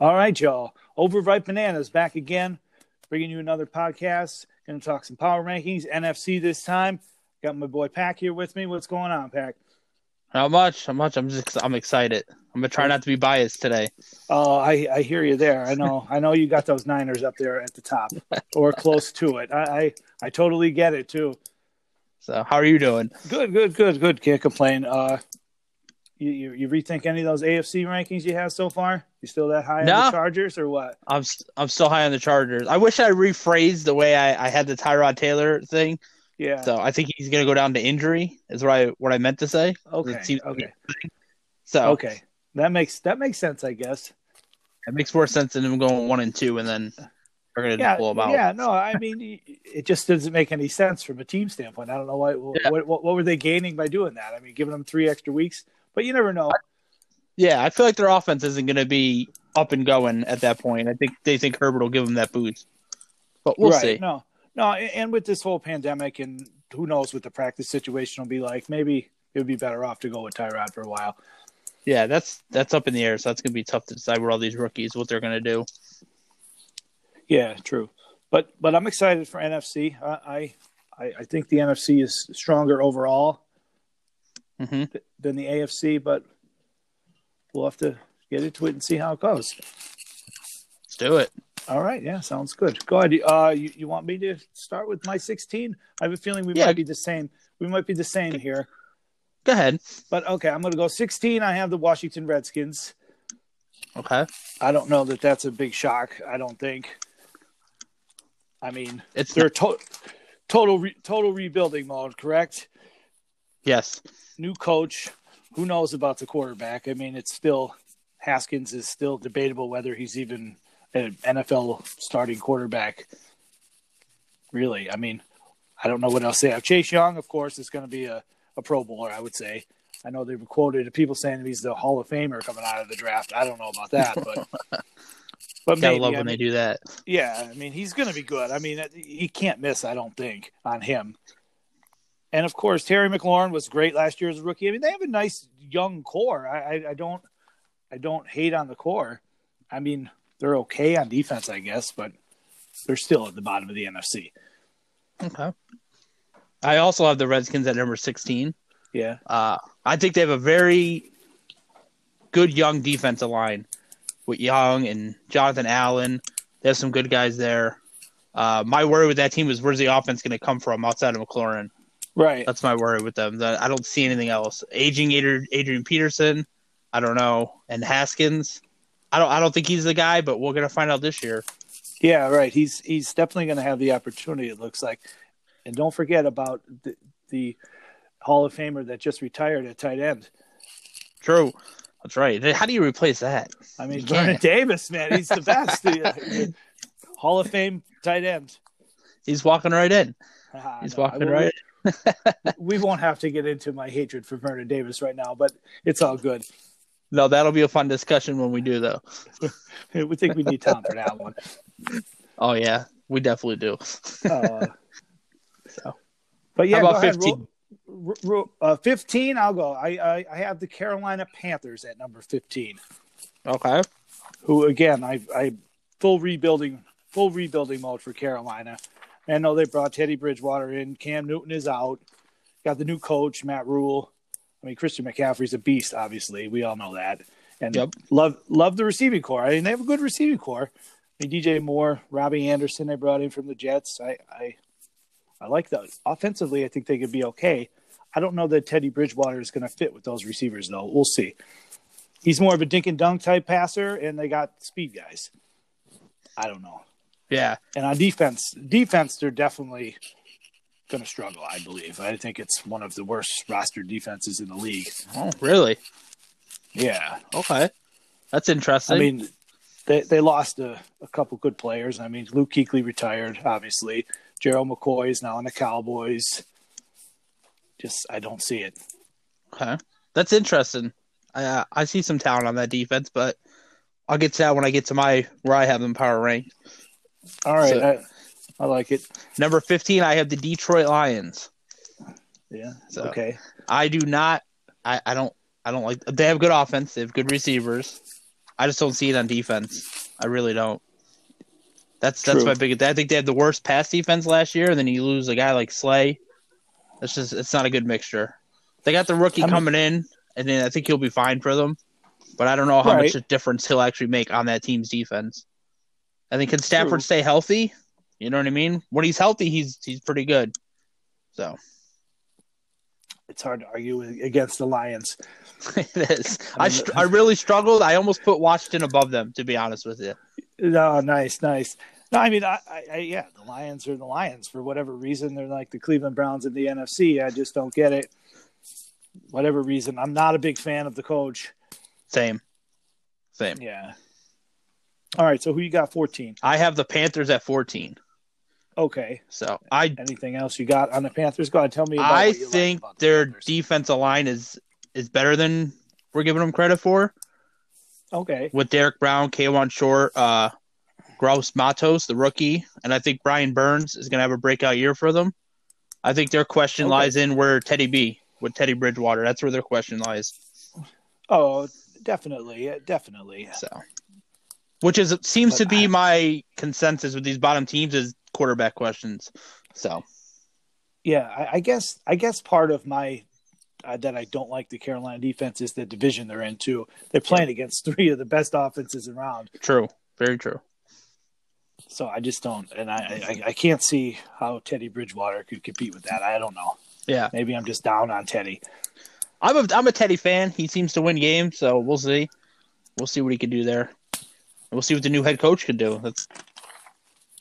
All right, y'all. Overripe Bananas back again, bringing you another podcast. Going to talk some power rankings, NFC this time. Got my boy Pack here with me. What's going on, Pack? How much? How much? I'm just. I'm excited. I'm gonna try not to be biased today. Oh, I, I hear you there. I know. I know you got those Niners up there at the top or close to it. I, I I totally get it too. So, how are you doing? Good, good, good, good. Can't complain. Uh, you, you, you rethink any of those AFC rankings you have so far? You still that high on No. the Chargers or what? I'm. St- I'm still high on the Chargers. I wish I rephrased the way I, I had the Tyrod Taylor thing. Yeah. So I think he's gonna go down to injury. Is what I what I meant to say. okay. it seems- okay. So Okay. That makes that makes sense, I guess. it makes more sense than him going one and two, and then we're gonna Yeah. blow him out. Yeah. No, I mean, y- it just doesn't make any sense from a team standpoint. I don't know why. Yeah. What, what what were they gaining by doing that? I mean, giving them three extra weeks, but you never know. Yeah, I feel like their offense isn't gonna be up and going at that point. I think they think Herbert will give him that boost, but we'll right. see. No, no, a- and with this whole pandemic, and who knows what the practice situation will be like? Maybe it would be better off to go with Tyrod for a while. Yeah, that's that's up in the air, so that's gonna be tough to decide what all these rookies what they're gonna do. Yeah, true. But but I'm excited for NFC. I I, I- I think the NFC is stronger overall hmm than the AFC, but we'll have to get into it and see how it goes. Let's do it. All right, yeah, sounds good. Go ahead. Uh, you, you want me to start with my 16? I have a feeling we Yeah. might be the same. We might be the same here. Go ahead. But okay, I'm going to go 16. I have the Washington Redskins. Okay. I don't know that that's a big shock. I don't think. I mean, It's they're to- total re- total rebuilding mode, correct? yes. New coach. Who knows about the quarterback? I mean, it's still Haskins is still debatable whether he's even an NFL starting quarterback. Really, I mean, I don't know what else they have. Chase Young, of course, is going to be a, a Pro Bowler, I would say. I know they were quoted people saying he's the Hall of Famer coming out of the draft. I don't know about that, but but Gotta maybe, love I when mean- they do that. yeah, I mean he's going to be good. I mean he can't miss. I don't think on him. And of course Terry McLaurin was great last year as a rookie. I mean they have a nice young core. I, I, I don't I don't hate on the core. I mean they're okay on defense, I guess, but they're still at the bottom of the NFC. Okay. I also have the Redskins at number sixteen. Yeah, Uh, I think they have a very good young defensive line with Young and Jonathan Allen. They have some good guys there. Uh, my worry with that team is where's the offense going to come from outside of McLaurin. right. That's my worry with them. that I don't see anything else. Aging Adrian, Adrian Peterson, I don't know, and Haskins. I don't. I don't think he's the guy, but we're gonna find out this year. Yeah, right. He's he's definitely going to have the opportunity. It looks like, and don't forget about the, the Hall of Famer that just retired at tight end. True. That's right. Then How do you replace that? I mean, You Vernon can't. Davis, man, he's the best. He- Hall of Fame tight end. He's walking right in. Ah, He's no, I walking will- right. We won't have to get into my hatred for Vernon Davis right now, but it's all good. in. No, that'll be a fun discussion when we do, though. We think we need Tom for that one. Oh yeah, we definitely do. Uh, So. But yeah, How about go ahead, 15? Ro- Ro- uh, 15, I'll go. I, I, I have the Carolina Panthers at number 15. Okay. who again I I full rebuilding full rebuilding mode for Carolina. And no, they brought Teddy Bridgewater in. Cam Newton is out. Got the new coach, Matt Rule. I mean, Christian McCaffrey's a beast, obviously. We all know that. And Yep. love love the receiving core. I mean, they have a good receiving core. I mean, DJ Moore, Robbie Anderson, they brought in from the Jets. I I, I like those. Offensively, I think they could be okay. I don't know that Teddy Bridgewater is going to fit with those receivers, though. We'll see he's more of a dink and dunk type passer, and they got speed guys. I don't know. Yeah. And on defense, defense, they're definitely going to struggle. I believe. I think it's one of the worst roster defenses in the league. Oh, really? Yeah, Okay. That's interesting. I mean, they they lost a, a couple good players. I mean, Luke Kuechly retired, obviously. Gerald McCoy is now in the Cowboys. Just, I don't see it. okay. That's interesting. I uh, I see some talent on that defense, but I'll get to that when I get to my where I have them power ranked. All right, So- I, I like it. Number 15, I have the Detroit Lions. Yeah. So okay. I do not I, I don't I don't like they have good offense, they have good receivers. I just don't see it on defense. I really don't. That's that's True. my biggest. I think they had the worst pass defense last year, and then you lose a guy like Slay. That's just it's not a good mixture. They got the rookie I mean- coming in, and then I think he'll be fine for them. But I don't know how Right. much a difference he'll actually make on that team's defense. I think can Stafford True. stay healthy? You know what I mean? When he's healthy, he's he's pretty good. So It's hard to argue with- against the Lions. it is. I I mean, str- I really struggled. I almost put Washington above them, to be honest with you. No, nice, nice. No, I mean, I, I, I, yeah, the Lions are the Lions for whatever reason. They're like the Cleveland Browns in the NFC. I just don't get it. Whatever reason, I'm not a big fan of the coach. Same, same. Yeah. All right, so who you got? 14. I have the Panthers at fourteen. Okay. So I Anything else you got on the Panthers? Go ahead, tell me. About I what you like think about the their Panthers. defensive line is is better than we're giving them credit for okay. with Derek Brown, Kwan Short, uh, Gross Matos, the rookie, and I think Brian Burns is going to have a breakout year for them. I think their question Okay. lies in where Teddy B with Teddy Bridgewater. That's where their question lies. Oh, definitely, yeah, definitely. So, which is seems But to be I- my consensus with these bottom teams is quarterback questions. So Yeah, I, I guess I guess part of my uh, that I don't like the Carolina defense is the division they're in too. They're playing against three of the best offenses around, true, very true. so I just don't, and I I, I can't see how Teddy Bridgewater could compete with that. I don't know. Yeah, Maybe I'm just down on Teddy. I'm a I'm a Teddy fan. He seems to win games, so we'll see. We'll see what he can do there. And We'll see what the new head coach can do. That's,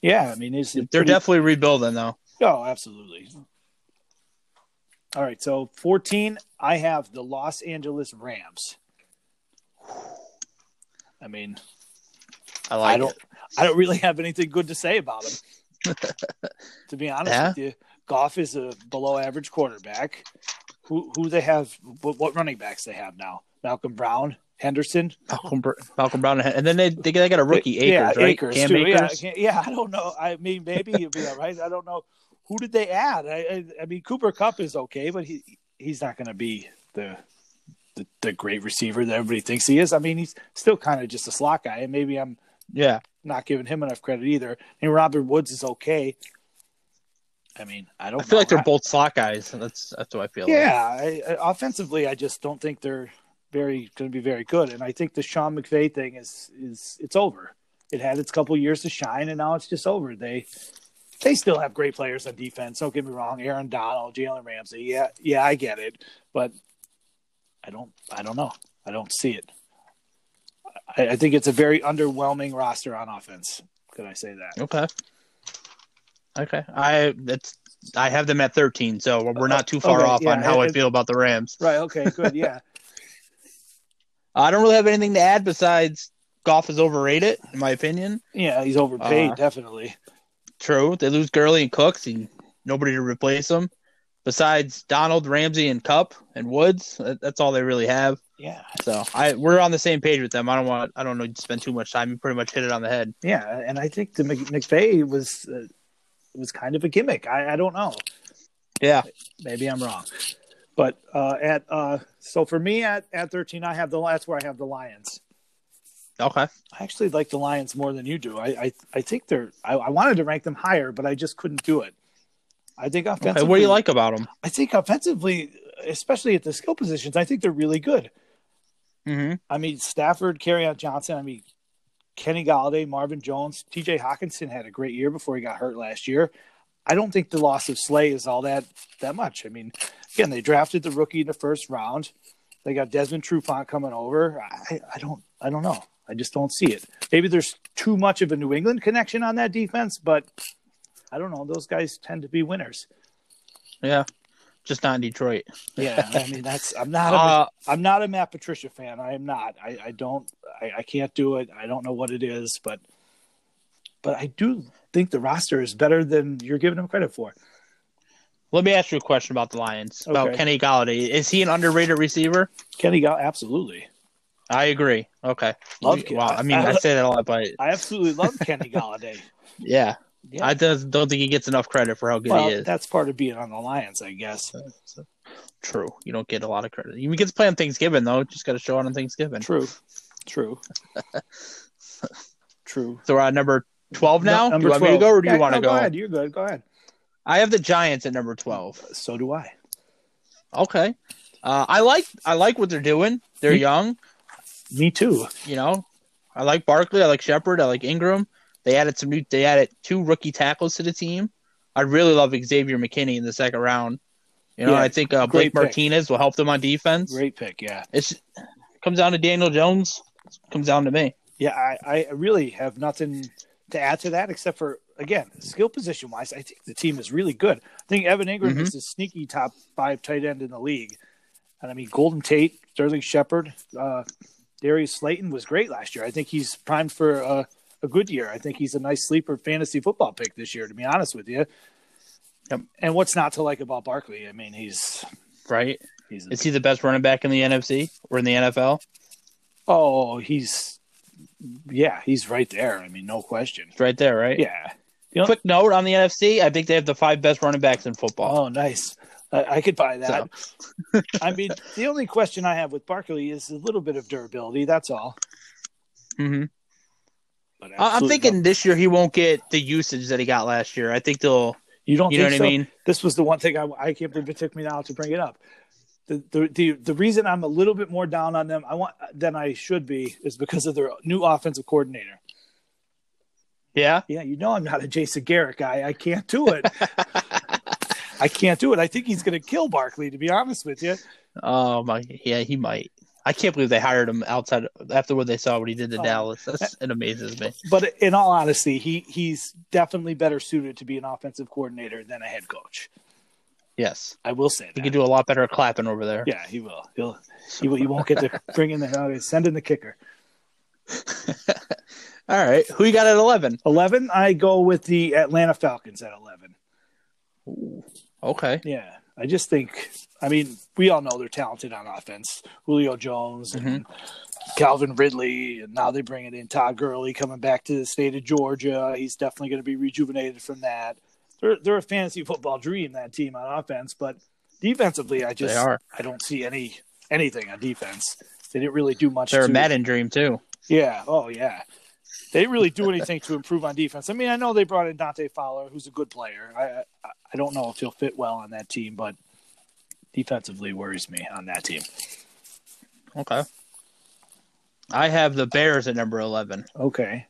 Yeah, I mean, it's, they're it's pretty- definitely rebuilding though. Oh, absolutely. All right, so 14, I have the Los Angeles Rams. I mean, I like I don't it. I don't really have anything good to say about him. to be honest Yeah. with you, Goff is a below average quarterback. Who who they have what, what running backs they have now? Malcolm Brown, Henderson, Malcolm, Br- Malcolm Brown, and then they they, they got a rookie Akers, yeah, right? Akers, Cam too. Yeah, Akers. I can't- yeah, I don't know. I mean, maybe he'll be all right. I don't know. Who did they add? I, I, I mean, Cooper Cup is okay, but he he's not going to be the, the the great receiver that everybody thinks he is. I mean, he's still kind of just a slot guy, and maybe I'm Yeah, not giving him enough credit either. And Robert Woods is okay. I mean, I don't. I feel know. like they're both slot guys. That's that's what I feel. like. Yeah, I, I, offensively, I just don't think they're very going to be very good, and I think the Sean McVay thing is is it's over. It had its couple years to shine, and now it's just over. They they still have great players on defense. Don't get me wrong, Aaron Donald, Jalen Ramsey. Yeah, yeah, I get it, but I don't I don't know. I don't see it. I, I think it's a very underwhelming roster on offense. Could I say that? Okay. Okay. I that's I have them at 13, so we're not too far Okay, off on yeah, how I it- feel about the Rams. Right. Okay. Good. Yeah. I don't really have anything to add besides golf is overrated, in my opinion. yeah. He's overpaid, Uh, definitely. True. They lose Gurley and Cooks and nobody to replace them. Besides Donald, Ramsey, and Cup and Woods, that- that's all they really have. Yeah. So I we're on the same page with them. I don't want I don't know spend too much time. You pretty much hit it on the head. Yeah, and I think the Mc- McVay was uh, was kind of a gimmick. I, I don't know. Yeah. Maybe I'm wrong. But uh, at uh, so for me at, at 13, I have the that's where I have the Lions. Okay. I actually like the Lions more than you do. I I, I think they're. I, I wanted to rank them higher, but I just couldn't do it. I think offensively. okay. What do you like about them? I think offensively, especially at the skill positions, I think they're really good. Mm-hmm. I mean, Stafford, Carryon Johnson. I mean, Kenny Galladay, Marvin Jones, T.J. Hawkinson had a great year before he got hurt last year. I don't think the loss of Slay is all that that much. I mean, again, they drafted the rookie in the first round. They got Desmond Trufant coming over. I, I don't, I don't know. I just don't see it. Maybe there's too much of a New England connection on that defense, but I don't know. Those guys tend to be winners. Yeah. Just not in Detroit. Yeah, I mean that's. I'm not. A, Uh, I'm not a Matt Patricia fan. I am not. I, I don't. I, I can't do it. I don't know what it is, but but I do think the roster is better than you're giving them credit for. Let me ask you a question about the Lions, about Okay. Kenny Galladay. Is he an underrated receiver? Kenny Gall, absolutely. I agree. Okay. Love We- Ken- Wow. I mean, I- I say that a lot, but I absolutely love Kenny Galladay. yeah, Yeah. I just don't think he gets enough credit for how good he well, is. that's part of being on the Lions, I guess. True. You don't get a lot of credit. You get to play on Thanksgiving, though. Just got to show out on Thanksgiving. True. True. True. So we're at number twelve now. Number do you want me to go or do Yeah, you want no, to go? ahead. You're good. Go ahead. I have the Giants at number twelve. So do I. Okay. Uh, I like I like what they're doing. They're Me- young, Me too. you know. I like Barkley. I like Shepard. I like Ingram. They added some new. They added two rookie tackles to the team. I really love Xavier McKinney in the second round. You know, Yeah, I think uh, great Blake pick. Martinez will help them on defense. Great pick. Yeah. It's it comes down to Daniel Jones. comes down to me. Yeah. I, I really have nothing to add to that except for, again, skill position wise, I think the team is really good. I think Evan Ingram Mhm. is a sneaky top five tight end in the league. And I mean, Golden Tate, Sterling Shepard, uh, Darius Slayton was great last year. I think he's primed for uh, a good year. I think he's a nice sleeper fantasy football pick this year, to be honest with you. Yep. And what's not to like about Barkley? I mean, he's Right? he's Is he the best running back in the NFC or in the NFL? Oh, he's yeah, he's right there. I mean, no question. It's right there, right? Yeah. Quick note on the NFC: I think they have the five best running backs in football. Oh, nice. I, I could buy that. I mean, the only question I have with Barkley is a little bit of durability. That's all. hmm But I- I'm absolutely thinking no- this year he won't get the usage that he got last year. I think they'll, you don't. you know think what so? I mean? This was the one thing I, I can't believe it took me now to bring it up. The, the the the reason I'm a little bit more down on them I want than I should be is because of their new offensive coordinator. Yeah. Yeah, you know I'm not a Jason Garrett guy. I can't do it. I can't do it. I think he's going to kill Barkley. To be honest with you, Oh my, yeah, he might. I can't believe they hired him outside after what they saw what he did to Oh. Dallas. That's, it amazes me. but in all honesty, he he's definitely better suited to be an offensive coordinator than a head coach. Yes, I will say he that. could do a lot better clapping over there. yeah, he will. He'll he, will, he won't get to bring in the uh, send in the kicker. All right, who you got at eleven? Eleven, I go with the Atlanta Falcons at eleven. Okay, Yeah, I just think. I mean, we all know they're talented on offense. Julio Jones and Mm-hmm. Calvin Ridley, and now they bring it in Todd Gurley coming back to the state of Georgia. He's definitely going to be rejuvenated from that. They're they're a fantasy football dream that team on offense, but defensively, I just they are. I don't see any anything on defense. They didn't really do much. They're a to, Madden dream too. Yeah. Oh yeah. They didn't really do anything to improve on defense. I mean, I know they brought in Dante Fowler, who's a good player. I I, I don't know if he'll fit well on that team, but defensively worries me on that team. Okay, I have the Bears at number eleven. Okay.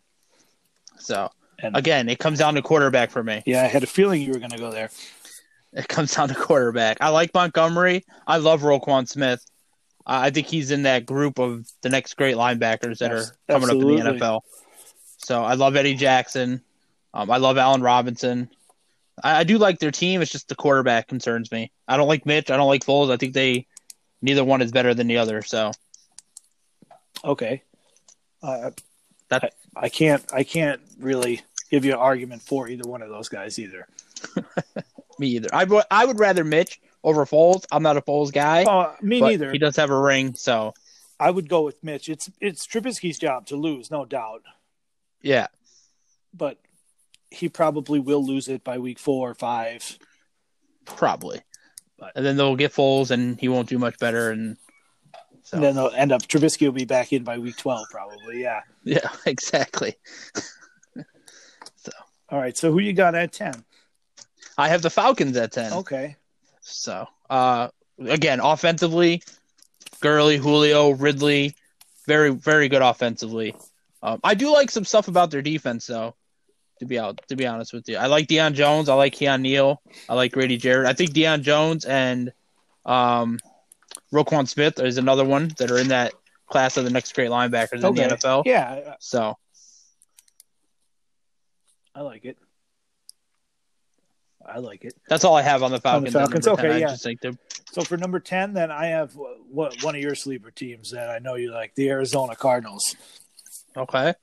So And again, it comes down to quarterback for me. yeah, I had a feeling you were going to go there. It comes down to quarterback. I like Montgomery. I love Roquan Smith. I I think he's in that group of the next great linebackers that Abs- are coming up in absolutely. the NFL. So I love Eddie Jackson. Um, I love Allen Robinson. I, I do like their team. It's just the quarterback concerns me. I don't like Mitch. I don't like Foles. I think they neither one is better than the other. So Okay. Uh, That- I, I can't I can't really give you an argument for either one of those guys either. me either. I would I would rather Mitch over Foles. I'm not a Foles guy. Uh, me but neither. He does have a ring. So I would go with Mitch. It's it's Trubisky's job to lose, no doubt. yeah, but he probably will lose it by week four or five. probably. But- and then they'll get Foles, and he won't do much better. And so And then they'll end up Trubisky will be back in by week twelve, probably. Yeah. yeah, exactly. All right. So who you got at ten? I have the Falcons at ten. Okay. So uh, again, offensively, Gurley, Julio, Ridley, very very good offensively. Um, I do like some stuff about their defense, though. To be out, to be honest with you, I like Deion Jones. I like Keon Neal. I like Grady Jarrett. I think Deion Jones and um, Roquan Smith is another one that are in that class of the next great linebackers okay. in the NFL. Yeah, So I I like it. I like it. That's all I have on the On the Falcons. at Falcons, number 10. okay, I yeah. just think they're- So for number ten, then I have what one of your sleeper teams that I know you like, the Arizona Cardinals. okay.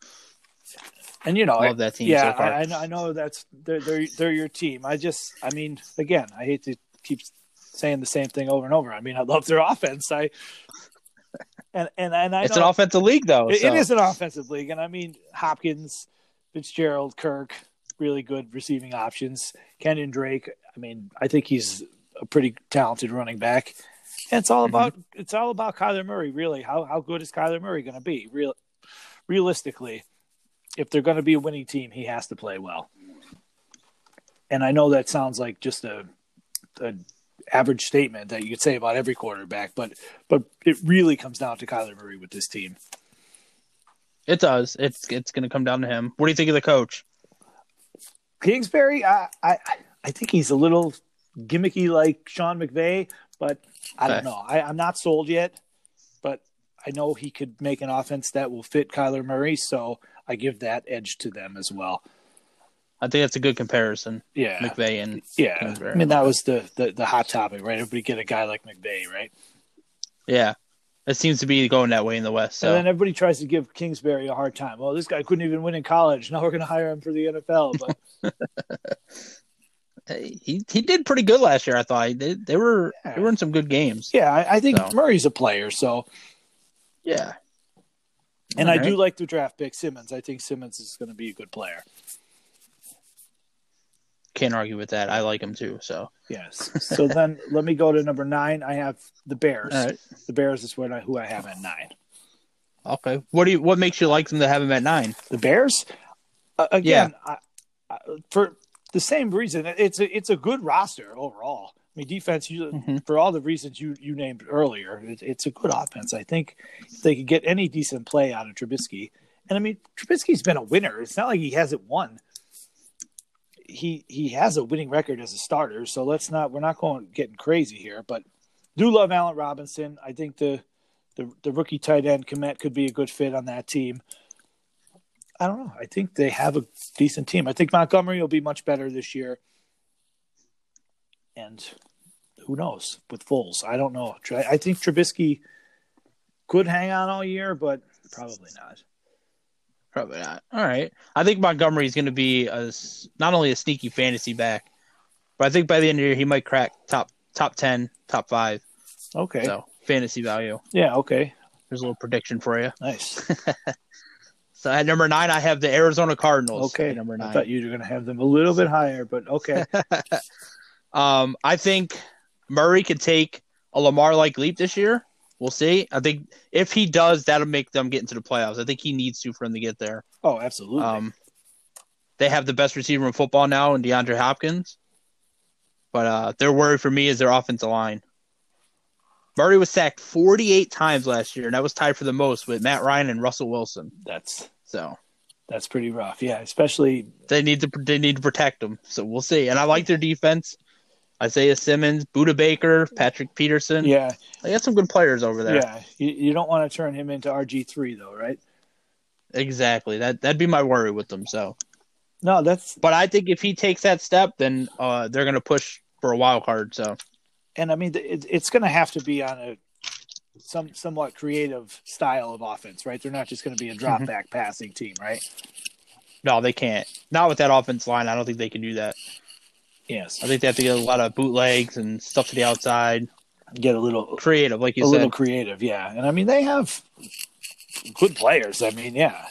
And you know, I love that team yeah, so far. I, I know- I know that's they're, they're they're your team. I just, I mean, again, I hate to keep saying the same thing over and over. I mean, I love their offense. I and and and I it's know an offensive league, though. it- Oh, so- it is an offensive league, and I mean Hopkins, Fitzgerald, Kirk, really good receiving options. Kenyon Drake, I mean, I think he's a pretty talented running back. It's all about it's all about Kyler Murray, really. How how good is Kyler Murray going to be? Real, realistically, if they're going to be a winning team, he has to play well. And I know that sounds like just a, a average statement that you could say about every quarterback, but but it really comes down to Kyler Murray with this team. It does. It's it's going to come down to him. What do you think of the coach? Kingsbury, I I, I think he's a little gimmicky like Sean McVay, but I Okay. don't know. I, I'm not sold yet, but I know he could make an offense that will fit Kyler Murray, so I give that edge to them as well. I think that's a good comparison, Yeah, McVay and yeah. Kingsbury. I mean, that was the, the the hot topic, right? Everybody get a guy like McVay, right? yeah, it seems to be going that way in the West. So And then everybody tries to give Kingsbury a hard time. Well, this guy couldn't even win in college. Now we're going to hire him for the NFL. But he he did pretty good last year. I thought they they were they were in some good games. yeah, I, I think So. Murray's a player, so Yeah, And I All do like the draft pick Simmons. I think Simmons is going to be a good player. can't argue with that. I like him too. So Yes. So then let me go to number nine. I have the Bears. all right, The Bears is what I, who I have at nine. okay. What do you what makes you like them to have him at nine? The Bears, uh, again, I, I, for the same reason, it's a, it's a good roster overall. I mean, defense, you, Mhm. for all the reasons you, you named earlier, it, it's a good offense. I think if they could get any decent play out of Trubisky, and I mean, Trubisky's been a winner. It's not like he hasn't won. he he has a winning record as a starter. So let's not we're not going getting crazy here, but do love Allen Robinson. I think the the, the rookie tight end Komet could be a good fit on that team. I don't know. I think they have a decent team. I think Montgomery will be much better this year. And who knows with Foles? I don't know. Tr- I think Trubisky could hang on all year, but probably not. Probably not. All right. I think Montgomery is going to be a s not only a sneaky fantasy back, but I think by the end of the year he might crack top top ten, top five. Okay. So fantasy value. Yeah. Okay. There's a little prediction for you. Nice. So at number nine, I have the Arizona Cardinals. Okay. at number I nine. thought you were going to have them a little bit higher, but okay. Um, I think Murray could take a Lamar like leap this year. We'll see. I think if he does, that'll make them get into the playoffs. I think he needs to for him to get there. Oh, absolutely. Um, they have the best receiver in football now in DeAndre Hopkins. But uh, their worry for me is their offensive line. Murray was sacked 48 times last year, and that was tied for the most with Matt Ryan and Russell Wilson. that's So that's pretty rough. Yeah, especially they need to they need to protect him. So we'll see. And I like their defense. Isaiah Simmons, Buda Baker, Patrick Peterson. yeah, They got some good players over there. yeah. You, you don't want to turn him into RG three though, right? Exactly. That that'd be my worry with them. So, No, that's but I think if he takes that step, then uh, they're going to push for a wild card. So and I mean it, it's going to have to be on a some somewhat creative style of offense, right? They're not just going to Mm-hmm. be a drop back passing team, right? no, they can't. Not with that offense line. I don't think they can do that. Yes, I think they have to get a lot of bootlegs and stuff to the outside. get a little Creative, like you a said. little creative, yeah. And I mean they have good players. I mean, yeah,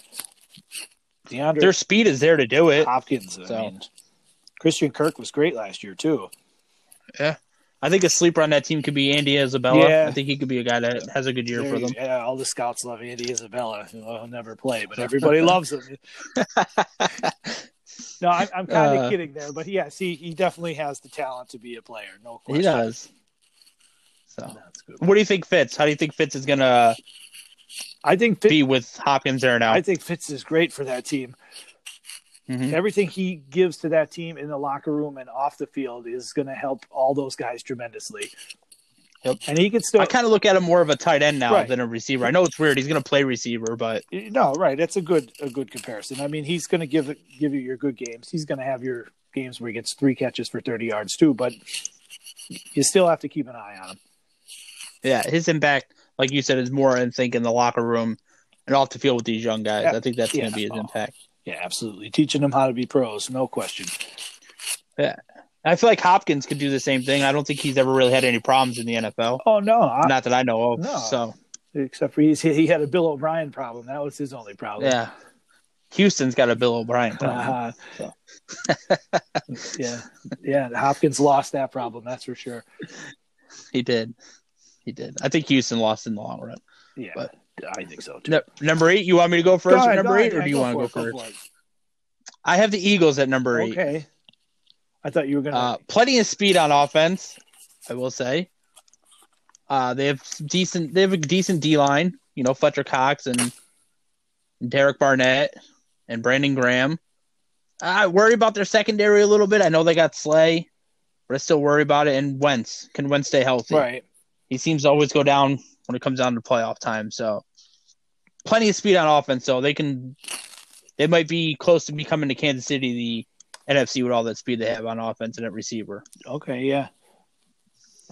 DeAndre Their speed is there to do it. Hopkins. I So. mean, Christian Kirk was great last year too. I think a sleeper on that team could be Andy Isabella. Yeah. I think he could be a guy that has a good year There for you- them. Yeah, all the scouts love Andy Isabella, who will never play, but everybody loves him. No, I'm, I'm kind of Uh. kidding there, but yes, he, he definitely has the talent to be a player. No question. He does. So, That's good. what do you think Fitz? How do you think Fitz is going to I think Fitz, be with Hopkins there now? I think Fitz is great for that team. Mhm. Everything he gives to that team in the locker room and off the field is going to help all those guys tremendously. Yep. And he could still I kind of look at him more of a tight end now Right. than a receiver. I know it's weird. He's going to play receiver, but No, right. That's a good a good comparison. I mean, he's going to give give you your good games. He's going to have your games where he gets three catches for thirty yards too. But you still have to keep an eye on him. yeah, his impact, like you said, is more I think in the locker room and off the field with these young guys. Yeah. I think that's going Yeah. to be his impact. Yeah, absolutely. Teaching them how to be pros, no question. I feel like Hopkins could do the same thing. I don't think he's ever really had any problems in the NFL, Oh no, I, not that I know of. No. So except for he's, he had a Bill O'Brien problem. That was his only problem. yeah, Houston's got a Bill O'Brien. problem. Uh, So. Uh-huh. yeah, yeah. Hopkins lost that problem. That's for sure. he did. He did. I think Houston lost in the long run. Yeah, But- I think so too. No, number eight. You want me to go first? Go with ahead, number go eight, ahead. or do you Go want to go for it, first? go for I have the Eagles at number it. eight. Okay. I thought you were gonna. Uh, plenty of speed on offense, I will say. Uh, they have decent. They have a decent D line. You know, Fletcher Cox and Derek Barnett and Brandon Graham. I worry about their secondary a little bit. I know they got Slay, but I still worry about it. And Wentz can Wentz stay healthy? right. He seems to always go down when it comes down to playoff time. So, plenty of speed on offense. So they can. They might be close to becoming the Kansas City the NFC with all that speed they have on offense and at receiver. Okay. Yeah.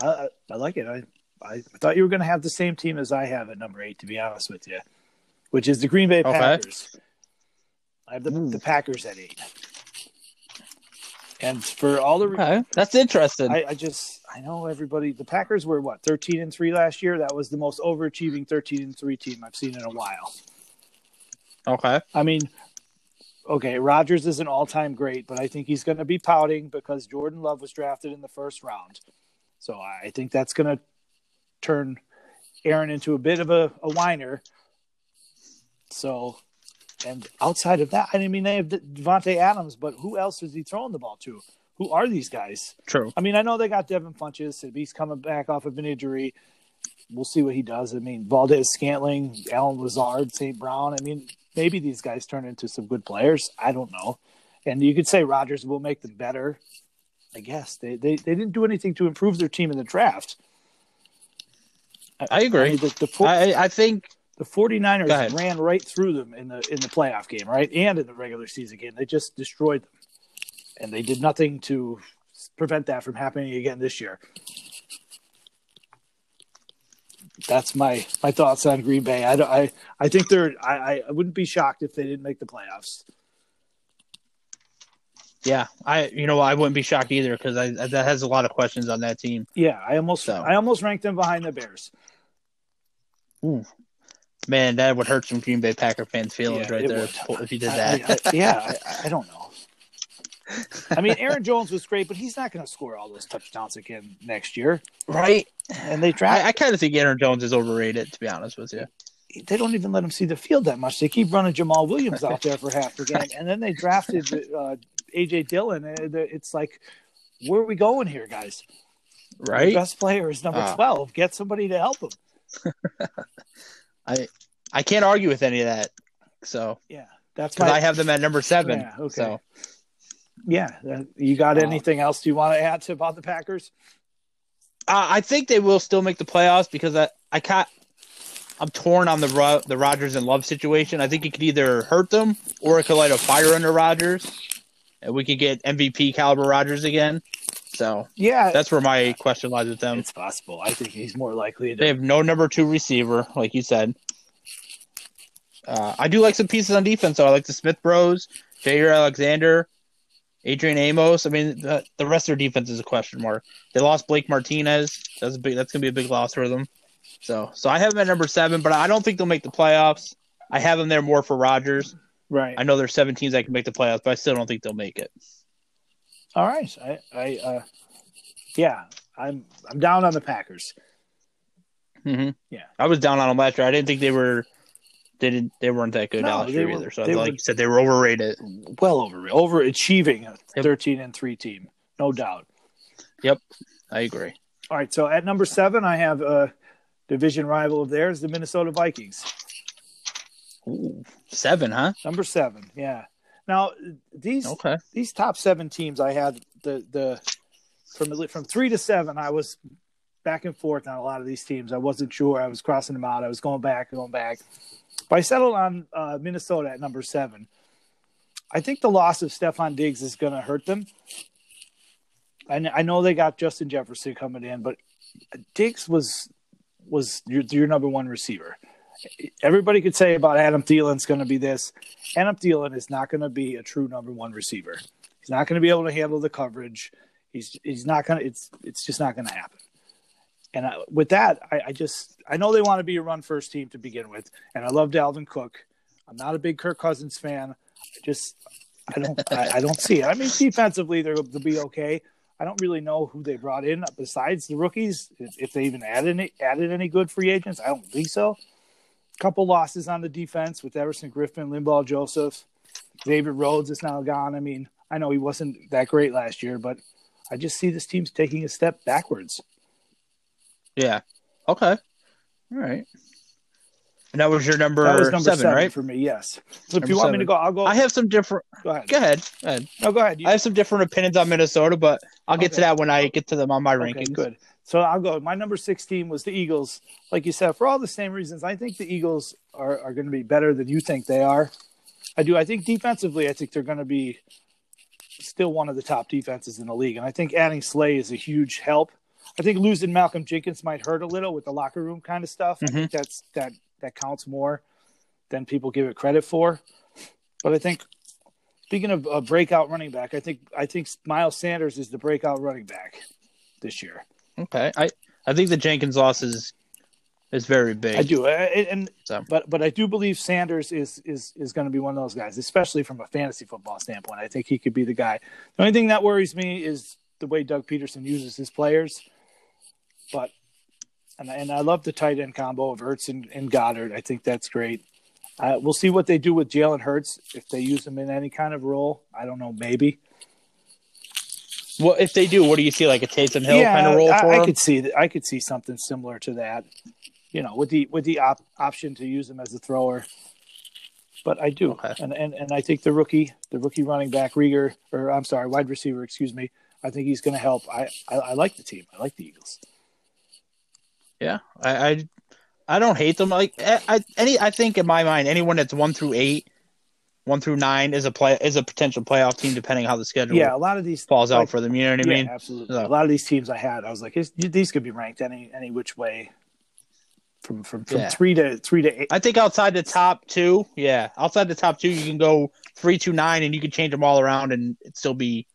I I, I like it. I I thought you were gonna have the same team as I have at number eight. To be honest with you, which is the Green Bay Okay. Packers. I have the, Ooh. the Packers at eight. And for all the re- Okay, that's interesting. I, I just I know everybody. The Packers were what thirteen and three last year. That was the most overachieving thirteen and three team I've seen in a while. okay, I mean, okay, Rodgers is an all time great, but I think he's going to be pouting because Jordan Love was drafted in the first round. So I think that's going to turn Aaron into a bit of a, a whiner. So, and outside of that, I mean, they have Devontae Adams, but who else is he throwing the ball to? Who are these guys? true. I mean, I know they got Devin Funches. and He's coming back off of an injury. We'll see what he does. I mean, Valdez Scantling, Alan Lazard, St. Brown. I mean, maybe these guys turn into some good players. I don't know. And you could say Rodgers will make them better. I guess they, they, they didn't do anything to improve their team in the draft. I I mean, agree. the, the, four, I, I think the Go ahead. 49ers ran right through them in the in the playoff game, right? And in the regular season game. They just destroyed them. And they did nothing to prevent that from happening again this year. That's my my thoughts on Green Bay. I don't- I I think they're I I wouldn't be shocked if they didn't make the playoffs. yeah. I you know I wouldn't be shocked either because I that has a lot of questions on that team. Yeah, I almost So. I almost ranked them behind the Bears. Man, that would hurt some Green Bay Packer fans' feelings Yeah, right it there would. if you did I- that. I- I- yeah, I, I don't know. I mean, Aaron Jones was great, but he's not going to score all those touchdowns again next year. right? And they draft I, I kind of think Aaron Jones is overrated to be honest with you. they don't even let him see the field that much. They keep running Jamal Williams out there for half the game, and then they drafted uh, AJ Dillon. and it- It's like, where are we going here, guys? The Right? best player is number Ah. twelve. Get somebody to help him. I can't argue with any of that. So Yeah, that's because my. I have them at number seven. Yeah, okay. So yeah, uh, you got Ah. anything else you want to add to about the Packers? uh, I think they will still make the playoffs because I I caught. I'm torn on the Ro- the Rodgers and Love situation. I think it could either hurt them or it could light a fire under Rodgers, and we could get MVP caliber Rodgers again. So Yeah, that's where my question lies with them. it's possible. I think he's more likely They to. have no number two receiver, like you said. Uh, I do like some pieces on defense, though. I like the Smith Bros, Jair Alexander, Adrian Amos. I mean, the, the rest of their defense is a question mark. They lost Blake Martinez. That's a big. That's gonna be a big loss for them. So, so I have them at number seven, but I don't think they'll make the playoffs. I have them there more for Rodgers. Right. I know there's seven teams that can make the playoffs, but I still don't think they'll make it. All right. I. I uh, yeah, I'm. I'm down on the Packers. hmm Yeah. I was down on them last year. I didn't think they were. They didn't. They weren't that good No, last they year were- either. So, they like were- you said, they were overrated. Well over overachieving a Yep. thirteen and three team, no doubt. I agree. All right, so at number seven, I have a division rival of theirs, the Minnesota Vikings. Ooh, seven, huh? Number seven, yeah. Now these Okay. these top seven teams, I had the the from the- from three to seven, I was back and forth on a lot of these teams. I wasn't sure. I was crossing them out. I was going back, going back. But I settled on uh, Minnesota at number seven. I think the loss of Stefan Diggs is going to hurt them. I, kn- I know they got Justin Jefferson coming in, but Diggs was was your, your number one receiver. Everybody could say about Adam Thielen's going to be this. Adam Thielen is not going to be a true number one receiver. He's not going to be able to handle the coverage. He's he's not going to. It's it's just not going to happen. And I, with that, I, I just I know they want to be a run first team to begin with, and I love Dalvin Cook. I'm not a big Kirk Cousins fan. I just I don't I, I don't see it. I mean, defensively they're- they'll be okay. I don't really know who they brought in besides the rookies. If, if they even added any, added any good free agents, I don't think so. Couple losses on the defense with Everson Griffin, Limbaugh Joseph, David Rhodes is now gone. I mean, I know he wasn't that great last year, but I just see this team's taking a step backwards. Yeah. Okay. All right. And that was your number, that was number seven, seven, right? for me. Yes. So if Number you want me seven. to go, I'll go. I have some different. go ahead. Go ahead. Go ahead. No, go ahead. You- I have some different opinions on Minnesota, but I'll get to Okay. that when I get to them on my Okay, rankings. good. So I'll go. My number six team was the Eagles. Like you said, for all the same reasons, I think the Eagles are, are going to be better than you think they are. I do. I think defensively, I think they're going to be still one of the top defenses in the league. And I think adding Slay is a huge help. I think losing Malcolm Jenkins might hurt a little with the locker room kind of stuff. I Mm-hmm. think that's that that counts more than people give it credit for. But I think speaking of a breakout running back, I think I think Miles Sanders is the breakout running back this year. Okay. I I think the Jenkins loss is is very big. I do, I- I- and So. but but I do believe Sanders is is is going to be one of those guys, especially from a fantasy football standpoint. I think he could be the guy. The only thing that worries me is the way Doug Peterson uses his players. But and I- and I love the tight end combo of Ertz and, and Goddard. I think that's great. Uh, we'll see what they do with Jalen Hurts if they use him in any kind of role. I don't know, maybe. Well, if they do, what do you see? Like a Taysom Hill kind of role I, for I him? could see that. I could see something similar to that. You know, with the with the op- option to use him as a thrower. But I do, Okay. and, and and I think the rookie, the rookie running back Rieger, or I'm sorry, wide receiver, excuse me. I think he's going to help. I, I I like the team. I like the Eagles. Yeah, I, I I don't hate them. Like I, I any I think in my mind anyone that's one through eight, one through nine is a play is a potential playoff team depending how the schedule Yeah, a lot of these falls like- out for them. You know what I yeah, mean? absolutely. So- A lot of these teams I had, I was like, is, these could be ranked any any which way, from from from Yeah. three to three to eight. I think outside the top two, yeah, outside the top two, you can go three to nine, and you can change them all around, and it still be.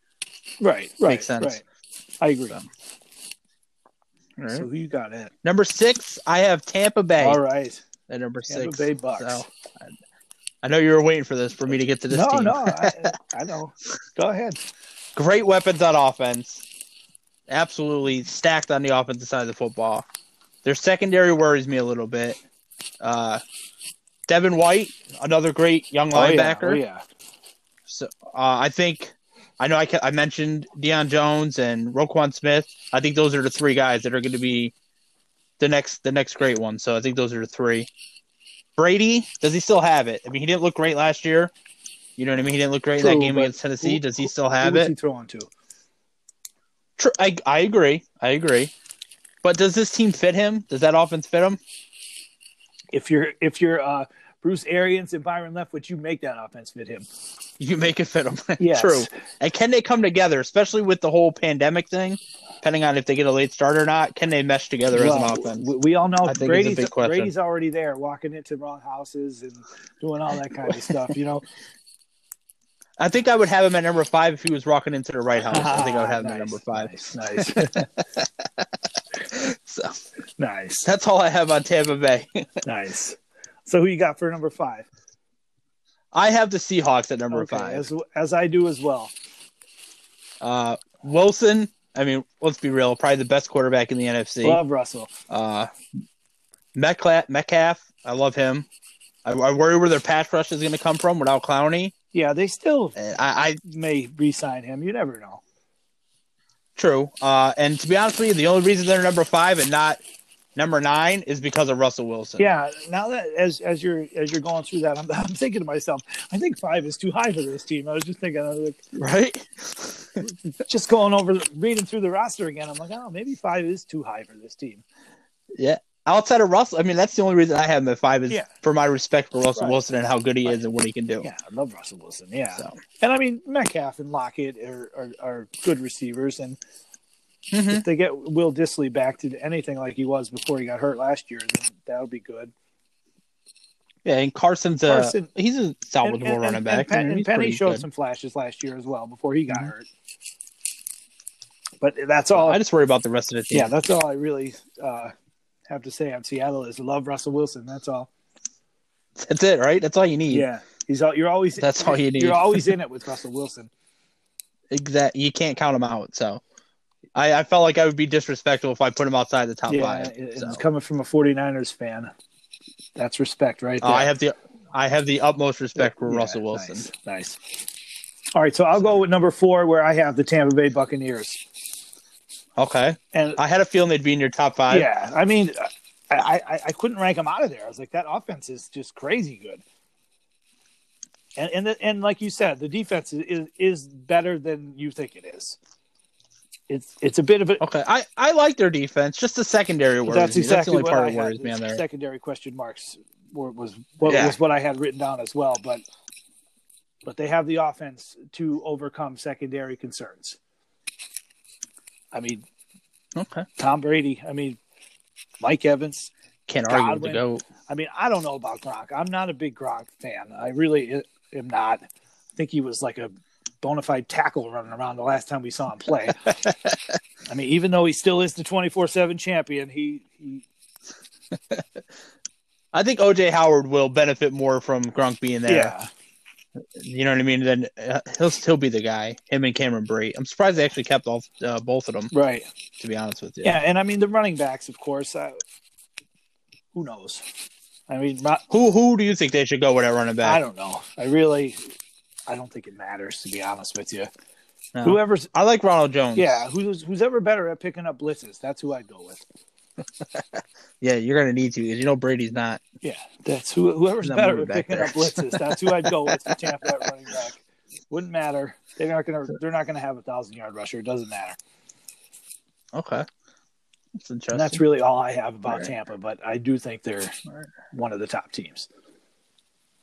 Right, right, Makes sense. Right. I agree. So. So, who you got it? Number six, I have Tampa Bay All right, at number Tampa six. Bay Bucks. So, I, I know you were waiting for this for me to get to this no, team. no, I, I know. Go ahead. great weapons on offense. Absolutely stacked on the offensive side of the football. Their secondary worries me a little bit. Uh, Devin White, another great young linebacker. Oh, yeah. So, uh, I think I know I, ca- I mentioned Deion Jones and Roquan Smith. I think those are the three guys that are going to be the next the next great one. So I think those are the three. Brady, does he still have it? I mean, he didn't look great last year. You know what I mean? He didn't look great in True, that game but against Tennessee. who- does he still have Who it? was he throwing to? Tr- I, I agree. I agree. But does this team fit him? Does that offense fit him? If you're if you're uh, Bruce Arians and Byron Leftwich, you make that offense fit him. You make it fit him. Yes. True. And can they come together, especially with the whole pandemic thing? Depending on if they get a late start or not, can they mesh together Well, as an offense? We, we all know I think it's a Brady's big question. Brady's already there, walking into wrong houses and doing all that kind of stuff. You know, I think I would have him at number five if he was walking into the right house. I think I would have him Nice, at number five. Nice, nice, So nice, that's all I have on Tampa Bay. nice. So who you got for number five? I have the Seahawks at number Okay, five. as as I do as well. Uh, Wilson, I mean, let's be real, probably the best quarterback in the NFC. Love Russell. Uh, Metcalf, Metcalf, I love him. I, I worry where their pass rush is going to come from without Clowney. Yeah, they still And I, I may re-sign him. You never know. true. Uh, and to be honest with you, the only reason they're number five and not number nine is because of Russell Wilson. Yeah, now that as as you're as you're going through that, I'm, I'm thinking to myself, I think five is too high for this team. I was just thinking, I was like, right. just going over reading through the roster again. I'm like, oh, maybe five is too high for this team. Outside of Russell, I mean, that's the only reason I have him at five is Yeah. for my respect for Russell Right. Wilson and how good he is and what he can do. Yeah, I love Russell Wilson. Yeah, So, and I mean Metcalf and Lockett are are, are good receivers, and Mhm. if they get Will Disley back to anything like he was before he got hurt last year, then that'll be good. yeah, and Carson's a Carson- he's a And, solid and- running and- back. and, I Pen- mean, he's and Penny pretty showed good. some flashes last year as well before he got Mhm. hurt. But that's all. I just worry about the rest of the team. yeah, that's all I really uh, have to say on Seattle is love Russell Wilson. That's all. that's it, right? That's all you need. Yeah, he's all. You're always. That's all you need. You're always in it with Russell Wilson. Exact. You can't count them out. So, I, I felt like I would be disrespectful if I put him outside the top yeah, five. it- so. it's coming from a 49ers fan. That's respect, right? Uh, there. I have the I have the utmost respect for Yeah, Russell Wilson. Nice, nice. All right, so I'll go with number four, where I have the Tampa Bay Buccaneers. Okay, And I had a feeling they'd be in your top five. yeah, I mean, I, I I couldn't rank them out of there. I was like, that offense is just crazy good. And and the, and like you said, the defense is, is is better than you think it is. It's it's a bit of a Okay, I, I like their defense. Just the secondary worries that's me. exactly That's the what I only part that had. worries me on The there. Secondary question marks were, was what Yeah. was what I had written down as well, but but they have the offense to overcome secondary concerns. I mean, Okay, Tom Brady. I mean, Mike Evans. can't argue with Godwin. the goat. I mean, I don't know about Gronk. I'm not a big Gronk fan. I really i- am not. I think he was like a bona fide tackle running around the last time we saw him play. I mean, even though he still is the 24 seven champion, he, he I think OJ Howard will benefit more from Gronk being there. yeah, You know what I mean? Then uh, he'll still be the guy. Him and Cameron Brate. I'm surprised they actually kept all uh, both of them. right. To be honest with you. Yeah. and I mean the running backs, of course. Uh, who knows? I mean, my, Who who do you think they should go with at running back? I don't know. I really, I don't think it matters to be honest with you. No. Whoever's, I like Ronald Jones. yeah, who's who's ever better at picking up blitzes, that's who I'd go with. yeah. You're gonna need to because you know Brady's not. Yeah, that's who, whoever's Not better at moving back picking there. up blitzes, that's who I'd go with for Tampa at running back. Wouldn't matter. They're not gonna. They're not gonna have a thousand yard rusher. It doesn't matter. Okay. That's interesting. And that's really all I have about Right. Tampa. But I do think they're Right. one of the top teams.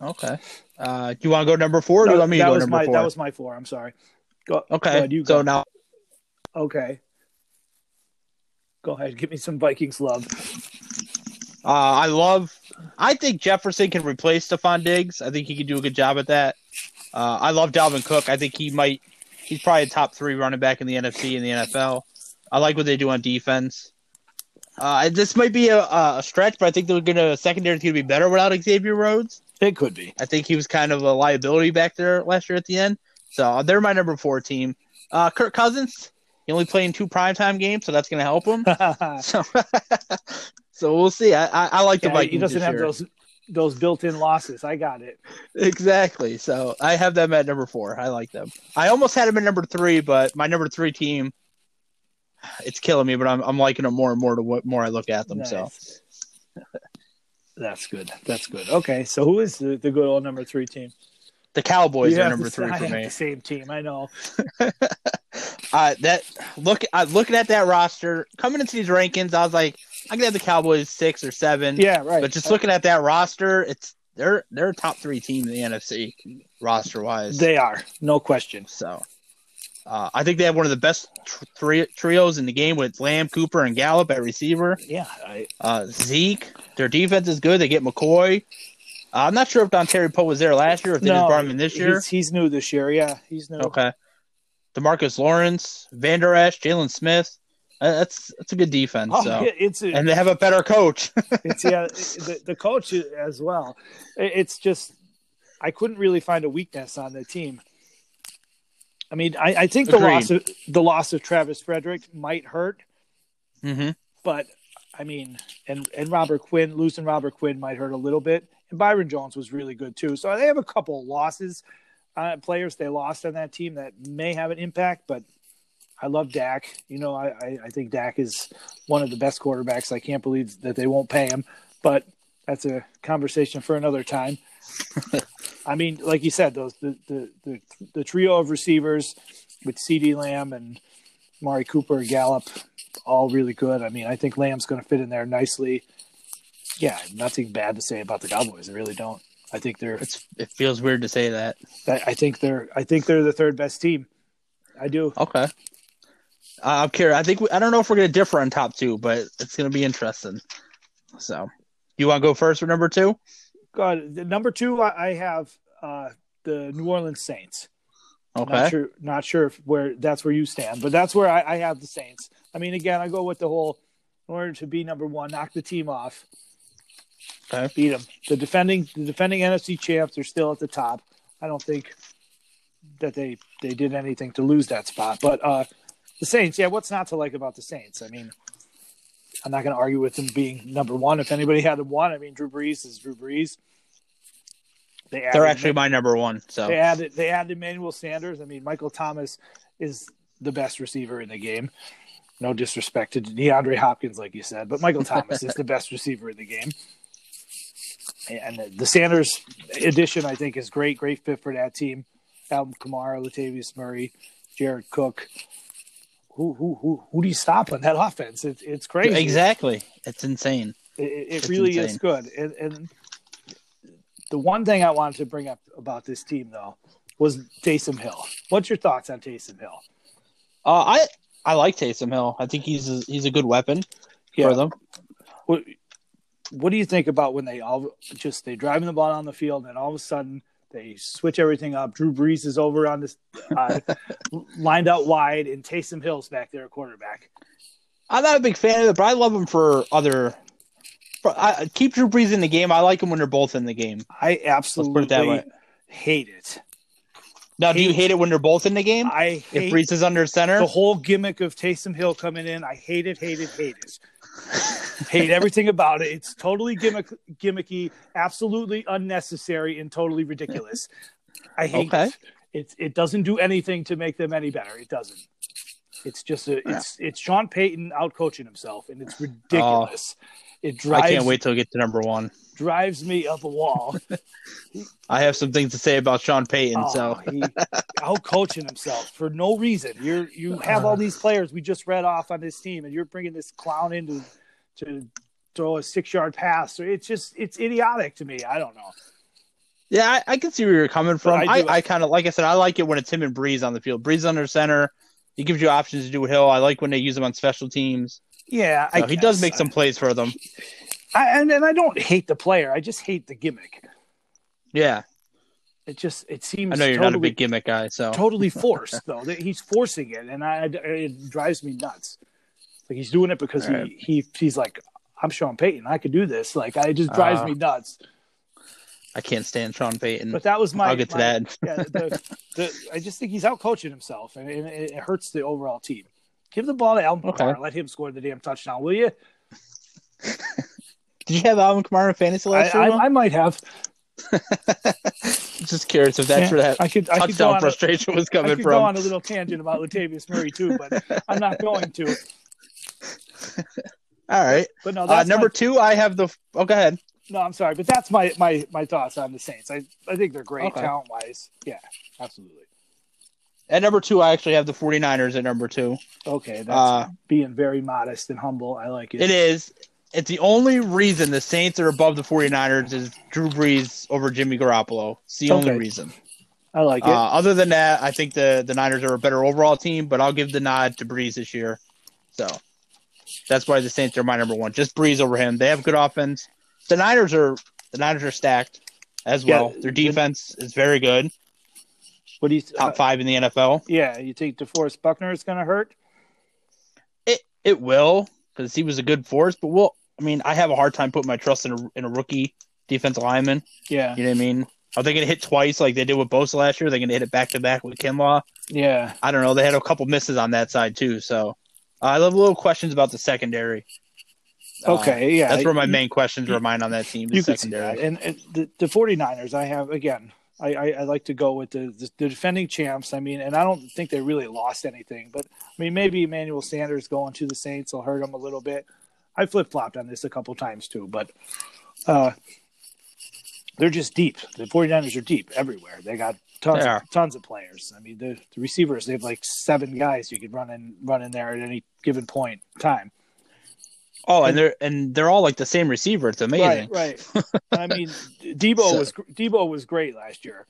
Okay. Uh, do you want to go number four? Or do you That- want me to that go was number my four? that was my four. I'm sorry. Go, okay. go ahead, you so go. now, Okay. Go ahead. Give me some Vikings love. uh, I love. I think Jefferson can replace Stephon Diggs. I think he can do a good job at that. Uh, I love Dalvin Cook. I think he might. He's probably a top three running back in the NFC and the NFL. I like what they do on defense. Uh, this might be a, a stretch, but I think they're gonna secondary's gonna be better without Xavier Rhodes. It could be. I think he was kind of a liability back there last year at the end. So uh, they're my number four team. Uh, Kirk Cousins, he only played in two primetime games, so that's going to help him. yeah, so, so we'll see. I, I, I like the Vikings. he doesn't this have year. those those built-in losses. I got it. Exactly. So I have them at number four. I like them. I almost had them at number three, but my number three team, it's killing me, but I'm, I'm liking them more and more the what more I look at them. So Nice. That's good. That's good. Okay, so who is the, the good old number three team? the Cowboys You are have number the- three I for have me. The same team. I know. uh, that look uh, looking at that roster coming into these rankings, I was like, I could have the Cowboys six or seven. Yeah, right. But just looking at that roster, it's they're they're a top three team in the NFC roster wise. they are no question. so uh, I think they have one of the best tr- three trios in the game with Lamb, Cooper, and Gallup at receiver. Yeah, I, Uh, Zeke, their defense is good. They get McCoy. Uh, I'm not sure if Don Terry Poe was there last year, or if they just brought him in this year. He's, he's new this year. Yeah, he's new. Okay. Demarcus Lawrence, Van Der Esch, Jalen Smith. Uh, That's that's a good defense. Oh, so. it- it's a, And they have a better coach. it's yeah the, the coach as well It- it's just i couldn't really find a weakness on the team i mean i, I think the Agreed. loss of the loss of travis frederick might hurt mm-hmm. but i mean and and robert quinn losing robert quinn might hurt a little bit and byron jones was really good too so they have a couple losses uh, players they lost on that team that may have an impact but I love Dak. You know, I, I, I think Dak is one of the best quarterbacks. I can't believe that they won't pay him, but that's a conversation for another time. I mean, like you said, those the the the, the trio of receivers with C.D. Lamb and Mari Cooper, Gallup, all really good. I mean, I think Lamb's going to fit in there nicely. Yeah, nothing bad to say about the Cowboys. I really don't. I think they're. It's, it feels weird to say that. I I think they're. I think they're the third best team. I do. Okay. Uh, I'm curious. I think we, I don't know if we're going to differ on top two, but it's going to be interesting. So, you want to go first with number two? God, the number two, I, I have uh, the New Orleans Saints. Okay. Not sure, not sure if where that's where you stand, but that's where I, I have the Saints. I mean, again, I go with the whole in order to be number one, knock the team off, Okay. beat them. The defending, the defending NFC champs are still at the top. I don't think that they they did anything to lose that spot, but uh, The Saints, yeah. What's not to like about the Saints? I mean, I'm not going to argue with them being number one. If anybody had them one, I mean, Drew Brees is Drew Brees. They They're added- actually my number one. So They added they added Emmanuel Sanders. I mean, Michael Thomas is the best receiver in the game. No disrespect to DeAndre Hopkins, like you said, but Michael Thomas is the best receiver in the game. And the Sanders addition, I think, is great. Great fit for that team. Alvin Kamara, Latavius Murray, Jared Cook. Who who who who do you stop on that offense? It's it's crazy. exactly, it's insane. It- It, It's it really is insane. good. And, and the one thing I wanted to bring up about this team, though, was Taysom Hill. What's your thoughts on Taysom Hill? Uh, I I like Taysom Hill. I think he's a, he's a good weapon Yeah. for them. What, what do you think about when they all just they driving the ball on the field and all of a sudden they switch everything up? Drew Brees is over on this uh, lined out wide, and Taysom Hill's back there at quarterback. I'm not a big fan of it, but I love him for other. For, I, I keep Drew Brees in the game. I like him when they're both in the game. I absolutely that way. hate it. Now, do you hate it when they're both in the game? I if hate Brees is under center, the whole gimmick of Taysom Hill coming in, I hate it, hate it, hate it. hate everything about it. It's totally gimmick, gimmicky, absolutely unnecessary, and totally ridiculous. I hate Okay. it. It, it doesn't do anything to make them any better. It doesn't. It's just a it's it's Sean Payton out coaching himself, and it's ridiculous. it drives Oh. I can't wait till I get to number one. drives me up a wall. I have some things to say about Sean Payton. So Oh, he out coaching himself for no reason. You're you have all these players we just read off on this team, and you're bringing this clown in to to throw a six yard pass. It's just it's idiotic to me. I don't know. yeah, I, I can see where you're coming from. I I, do- I kind of like I said, I like it when it's him and Brees on the field. Brees under center, he gives you options to do with Hill. I like when they use him on special teams. Yeah, So I he does guess. make some plays for them. I, and and I don't hate the player. I just hate the gimmick. Yeah, It just it seems I know you're totally, not a big gimmick guy. So totally forced though. That he's forcing it, and I it drives me nuts. Like he's doing it because he, Alright. he he's like I'm Sean Payton. I could do this. Like I, it just drives Uh, me nuts. I can't stand Sean Payton. But that was my. mm. I'll get to my- that. yeah, the, the, I just think he's out coaching himself, and, and it, it hurts the overall team. Give the ball to Alvin Okay. Kamara. Let him score the damn touchdown, will you? Did you have Alvin Kamara in fantasy I, last year? I, I, I might have. Just curious if Yeah, that's where that I could, I could go touchdown on a, frustration was I coming could go from. on a little tangent about Latavius Murray too, but I'm not going to. All right. But no, uh, that's number my- two, I have the. Oh, go ahead. no, I'm sorry, but that's my my my thoughts on the Saints. I I think they're great Okay. talent wise. Yeah, absolutely. At number two, I actually have the 49ers at number two. Okay, that's Uh, being very modest and humble. I like it. It is. It's the only reason the Saints are above the 49ers is Drew Brees over Jimmy Garoppolo. It's the Okay. only reason. I like it. Uh, other than that, I think the, the Niners are a better overall team, but I'll give the nod to Brees this year. So that's why the Saints are my number one. Just Brees over him. They have good offense. The Niners are the Niners are stacked as Yeah, well. Their the- defense is very good, What do you? top five in the NFL. yeah, you think DeForest Buckner is going to hurt? It it will because he was a good force, but we'll. I mean, I have a hard time putting my trust in a, in a rookie defensive lineman. Yeah, You know what I mean? Are they going to hit twice like they did with Bosa last year? They're going to hit it back to back with Kinlaw. yeah. I don't know. They had a couple misses on that side too. So uh, I have little questions about the secondary. Uh, Okay, yeah. that's where my You- main questions were mine on that team. The you could see that. secondary. And, and the, the 49ers, I have again. I, I, I like to go with the, the the defending champs. I mean, and I don't think they really lost anything, but I mean, maybe Emmanuel Sanders going to the Saints will hurt them a little bit. I flip flopped on this a couple times too, but uh, they're just deep. The 49ers are deep everywhere. They got tons They are. tons of players. I mean, the, the receivers they have like seven guys you could run in run in there at any given point in time. Oh, and they're and they're all like the same receiver. It's amazing. Right, right. I mean, Debo So- was Debo was great last year.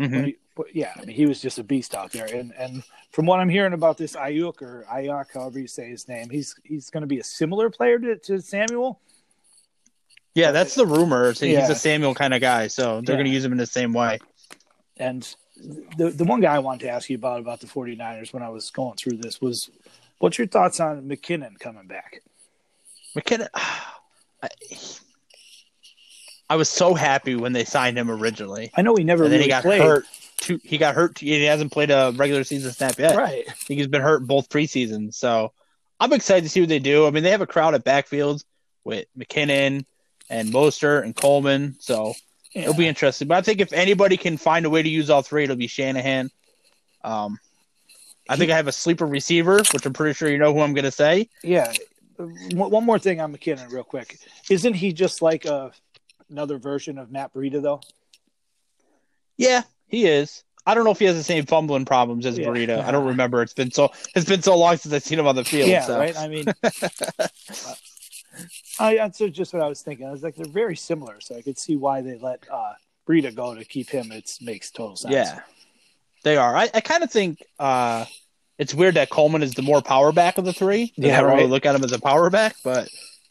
Mhm. But he- but yeah, I mean, he was just a beast out there. And and from what I'm hearing about this Ayuk or Ayuk, however you say his name, he's he's going to be a similar player to, to Samuel. Yeah, that's the rumor. So Yeah. He's a Samuel kind of guy, so they're Yeah. going to use him in the same way. And the the one guy I wanted to ask you about about the 49ers when I was going through this was, what's your thoughts on McKinnon coming back? McKinnon, I, I was so happy when they signed him originally, I know he never and then really he got played. hurt two. He got hurt. He hasn't played a regular season snap yet. Right. I think he's been hurt both preseasons. So I'm excited to see what they do. I mean, they have a crowd at backfields with McKinnon and Moster and Coleman. So Yeah. it'll be interesting. But I think if anybody can find a way to use all three, it'll be Shanahan. Um, I think I have a sleeper receiver, which I'm pretty sure you know who I'm going to say. Yeah. One one more thing on McKinnon, real quick. Isn't he just like a another version of Matt Breida though? Yeah, he is. I don't know if he has the same fumbling problems as Yeah. Burrito. I don't remember. It's been so it's been so long since I've seen him on the field. yeah, so. right. I mean, I that's just what I was thinking. I was like, they're very similar, so I could see why they let uh, Breida go to keep him. It makes total sense. Yeah, they are. I, I kind of think uh, it's weird that Coleman is the more power back of the three. Yeah, I don't really right. look at him as a power back, but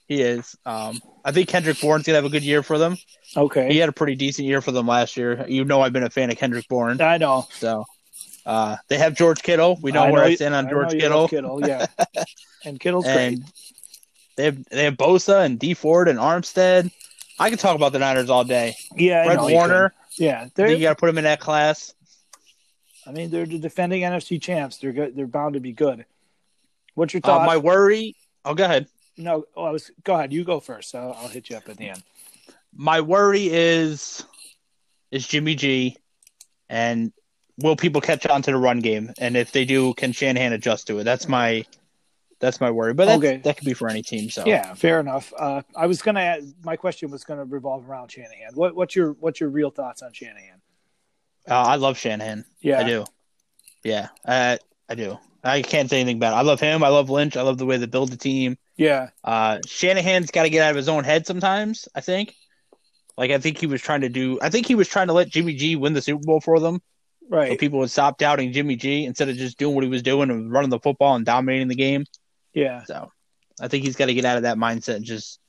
he is. Um, I think Kendrick Bourne's gonna have a good year for them. He Okay. had a pretty decent year for them last year. You know, I've been a fan of Kendrick Bourne, I know. so. Uh, they have George Kittle. We know I where I you- stand on I George know you Kittle, love Kittle, yeah. and Kittle's and great. they have they have Bosa and D Ford and Armstead. I could talk about the Niners all day. Yeah, I Fred know you Warner. uh, can. Yeah, I think they're. you got to put him in that class. I mean, they're the defending NFC champs. They're good. They're bound to be good. What's your Uh, thought? my worry. Oh, go ahead. no, oh, I was. Go ahead. You go first. I'll, I'll hit you up at the end. my worry is is Jimmy G and will people catch on to the run game? And if they do, can Shanahan adjust to it? That's my that's my worry. But that's, Okay. that could be for any team. So Yeah, fair enough. Uh, I was gonna. Add, my question was gonna revolve around Shanahan. What, what's your What's your real thoughts on Shanahan? uh, I love Shanahan. Yeah, I do. Yeah, uh, I do. I can't say anything bad. I love him. I love Lynch. I love the way they build the team. yeah, Uh, Shanahan's got to get out of his own head sometimes. I think. Like I think he was trying to do. I think he was trying to let Jimmy G win the Super Bowl for them. so right. people would stop doubting Jimmy G instead of just doing what he was doing and running the football and dominating the game. Yeah, So I think he's got to get out of that mindset and just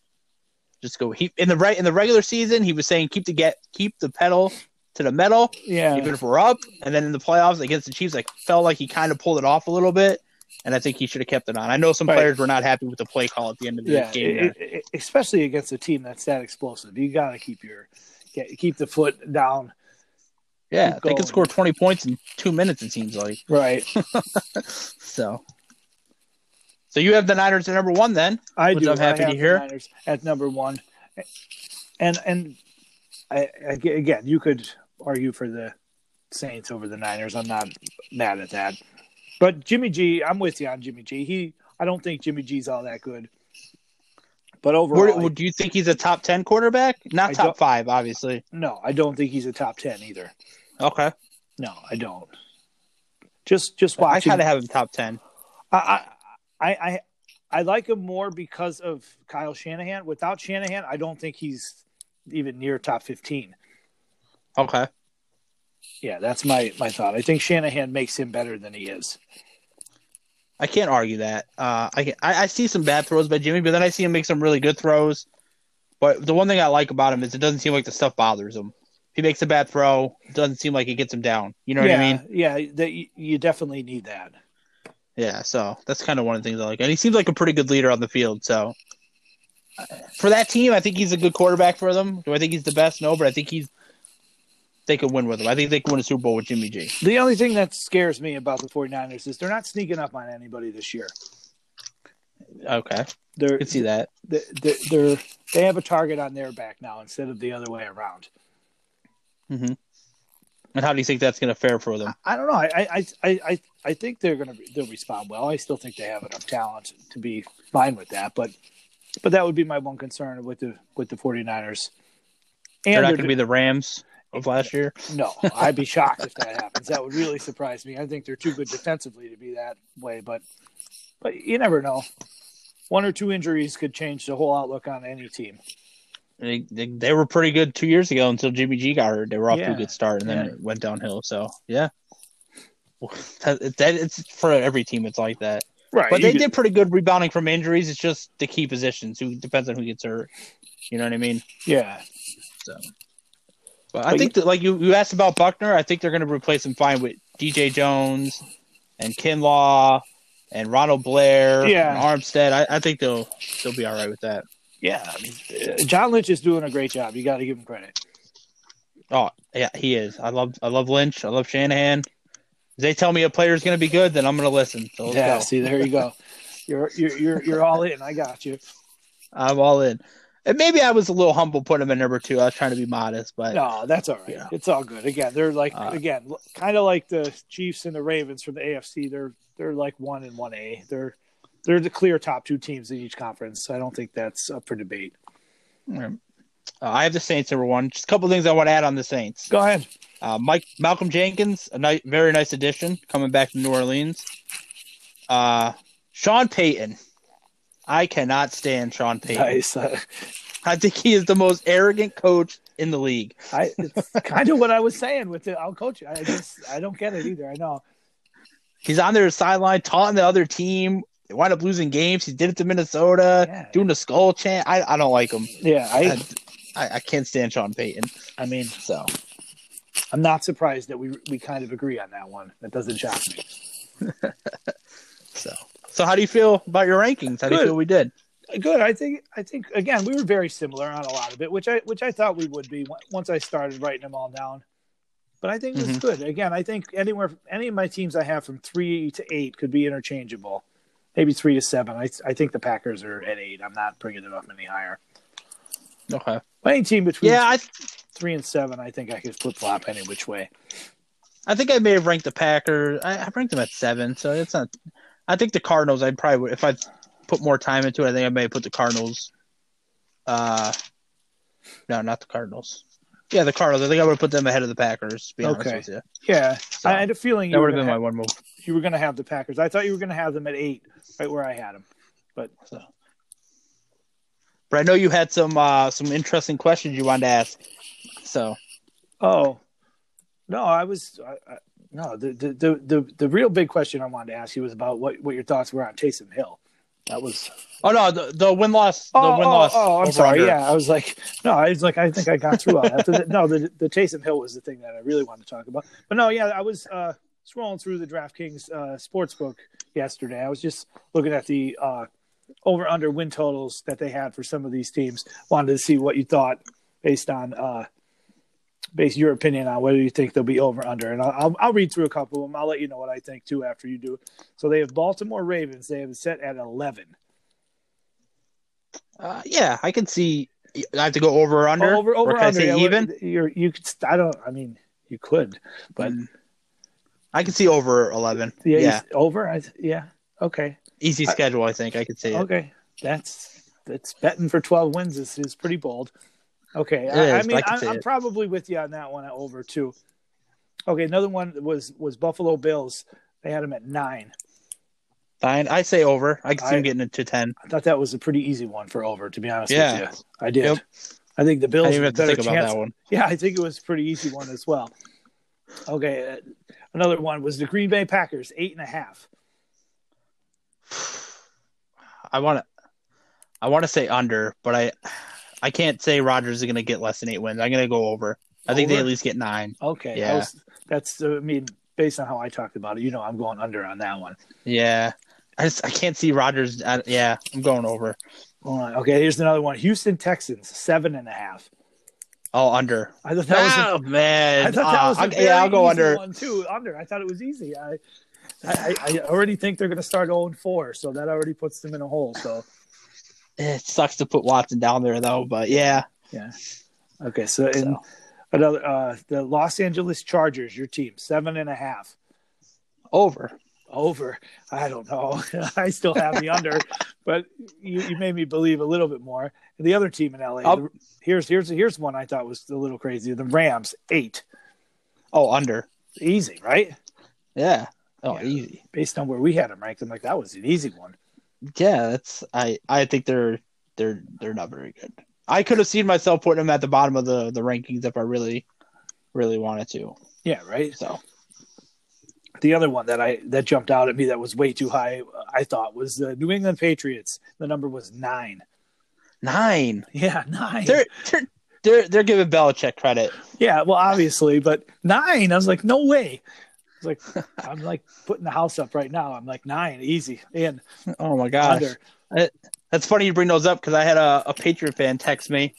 just go. He in the right in the regular season he was saying keep the get keep the pedal to the metal yeah, even if we're up, and then in the playoffs against the Chiefs I felt like he kind of pulled it off a little bit. And I think he should have kept it on. I know some Right. players were not happy with the play call at the end of the yeah. game. It- it- it- especially against a team that's that explosive, you gotta keep your get, keep the foot down. yeah, keep they going. could score twenty points in two minutes. It seems like Right. so. So you have the Niners at number one, then? I Which do. I'm happy I have to hear. the Niners at number one, and and I, I, again, you could argue for the Saints over the Niners. I'm not mad at that, but Jimmy G, I'm with you on Jimmy G. He, I don't think Jimmy G's all that good, but overall, Where, do you think he's a top ten quarterback? Not I top don't- five, obviously. no, I don't think he's a top ten either. Okay, No, I don't. Just just I watching. kind of have him top ten. I, I, I, I like him more because of Kyle Shanahan. Without Shanahan, I don't think he's even near top fifteen. Okay, Yeah, that's my my thought. I think Shanahan makes him better than he is. I can't argue that. Uh, I, can- I I see some bad throws by Jimmy, but then I see him make some really good throws. But the one thing I like about him is it doesn't seem like the stuff bothers him. If he makes a bad throw, it doesn't seem like it gets him down. You know yeah, what I mean? yeah, that you, you definitely need that. Yeah. So that's kind of one of the things I like, and he seems like a pretty good leader on the field. So uh, for that team, I think he's a good quarterback for them. Do I think he's the best? No, but I think he's. They could win with him. I think they could win a Super Bowl with Jimmy G. The only thing that scares me about the 49ers is they're not sneaking up on anybody this year. Okay, I They're, could see that. they're, they're, they're they have a target on their back now instead of the other way around. Mm-hmm. And how do you think that's going to fare for them? I don't know. I I I I, I think they're gonna they'll respond well. I still think they have enough talent to be fine with that. But but that would be my one concern with the with the 49ers. They're And not they're going to be the Rams of last year. no, I'd be shocked if that happens. That would really surprise me. I think they're too good defensively to be that way. But but you never know. One or two injuries could change the whole outlook on any team. They, they, they were pretty good two years ago until Jimmy G got hurt. They were off to Yeah. a good start and then Yeah. it went downhill. So yeah, that, that it's for every team. It's like that. Right, But they did pretty good rebounding from injuries. It's just the key positions. Who depends on who gets hurt. You know what I mean? Yeah, But I But think that, like you, you asked about Buckner, I think they're going to replace him fine with DJ Jones and Kinlaw and Ronald Blair Yeah. and Armstead. I, I think they'll they'll be all right with that. yeah. I mean, uh, John Lynch is doing a great job. You got to give him credit. Oh yeah, he is. I love I love Lynch. I love Shanahan. If they tell me a player's going to be good, then I'm going to listen. So let's yeah, go. see, there you go. You're you're you're you're all in. I got you. I'm all in. And maybe I was a little humble putting him at number two. I was trying to be modest, but No, that's all right. Yeah. It's all good. Again, they're like Uh, again, kind of like the Chiefs and the Ravens from the AFC. They're they're like one and one A. They're they're the clear top two teams in each conference. So I don't think that's up for debate. uh, I have the Saints number one. Just a couple things I want to add on the Saints. Go ahead. Uh, Mike Malcolm Jenkins, a nice, very nice addition coming back to New Orleans. Uh, Sean Payton. I cannot stand Sean Payton. Nice. Uh, I think he is the most arrogant coach in the league. I it's kind of what I was saying with the I'll coach you. I just I don't get it either. I know. He's on their sideline taunting the other team. They wind up losing games. He did it to Minnesota, Yeah. doing the skull chant. I, I don't like him. Yeah, I I, I, I can't stand Sean Payton. I mean So I'm not surprised that we we kind of agree on that one. That doesn't shock me. so so. How do you feel about your rankings? How do Good. you feel we did? good. I think I think again we were very similar on a lot of it, which I which I thought we would be on- once I started writing them all down. But I think Mm-hmm. it's good. Again, I think anywhere any of my teams I have from three to eight could be interchangeable, maybe three to seven. I I think the Packers are at eight. I'm not bringing them up any higher. Okay. But any team between Yeah, I three and seven, I think I could flip flop any which way. I think I may have ranked the Packers. I, I ranked them at seven, so it's not. I think the Cardinals. I probably would, if I put more time into it, I think I may have put the Cardinals. Uh, no, not the Cardinals. Yeah, the Cardinals. I think I would have put them ahead of the Packers. To be Okay. honest with you, Yeah, So, I had a feeling you that were would have gonna been my have- one move. you were going to have the Packers. I thought you were going to have them at eight, right where I had them. So. But I know you had some uh, some interesting questions you wanted to ask. So Oh, no, I was I, I, no the, the the the the real big question I wanted to ask you was about what what your thoughts were on Taysom Hill. That was Oh no, the, the win loss. The oh, win oh, loss. oh, I'm over sorry. under. Yeah, I was like, no, I was like, I think I got through all that. The- no, the the Taysom Hill was the thing that I really wanted to talk about. But no, yeah, I was uh, scrolling through the DraftKings uh, sportsbook yesterday. I was just looking at the uh, over under win totals that they had for some of these teams. Wanted to see what you thought based on uh, based your opinion on whether you think they'll be over under. And I'll- I'll I'll read through a couple of them. I'll let you know what I think too after you do. So they have Baltimore Ravens. They have it set at eleven. Uh, yeah, I can see. I have to go over or under. Oh, over Or over can I under say yeah, even. what- You're you could st- I don't I mean you could but Mm. I can see over eleven. yeah, Yeah, you s- over I th- yeah okay easy schedule. I think I could see it. okay that's that's betting for twelve wins is is pretty bold. Okay, It I, I is, mean I can I, see I'm it. probably with you on that one over too. Okay, another one was was Buffalo Bills. They had them at nine. Fine, I say over. I can see I- him getting it to ten. I thought that was a pretty easy one for over. To be honest Yeah. with you, I did. Yep. I think the I Bills didn't even have a have to better think about chance that one. Yeah, I think it was a pretty easy one as well. Okay, uh, another one was the Green Bay Packers, eight and a half. I want to. I want to say under, but I, I can't say Rogers is going to get less than eight wins. I'm going to go over. I think they Over? at least get nine. Okay, I Yeah. was, that's uh, I mean, based on how I talked about it, you know, I'm going under on that one. Yeah, I just I can't see Rogers. I, yeah, I'm going over. Hold on. Okay, here's another one: Houston Texans, seven and a half. Oh, under. I thought that was. oh A, man. I thought that Ah, was. a okay, very yeah, I'll go easy under. one too. Under. I thought it was easy. I, I, I already think they're going to start 0 and 4, so that already puts them in a hole. So It sucks to put Watson down there though, but yeah, okay, so in So. another uh, the Los Angeles Chargers, your team, seven and a half. over. over. I don't know. I still have the under, but you, you made me believe a little bit more. And the other team in LA. I'll- the- here's here's here's one I thought was a little crazy. The Rams eight, Oh, under. easy, right? Yeah. Oh, Yeah. easy. Based on where we had them ranked, I'm like that was an easy one. Yeah, that's I. I think they're they're they're not very good. I could have seen myself putting them at the bottom of the the rankings if I really really wanted to. Yeah, right. So The other one that I that jumped out at me that was way too high, I thought was the New England Patriots. The number was nine. nine. Yeah, 9 They're they're they're, they're giving Belichick credit. Yeah, well, obviously, but nine. I was like, no way. I was like, I'm like putting the house up right now. I'm like nine, easy, in Oh my gosh, under. that's funny you bring those up because I had a, a Patriot fan text me.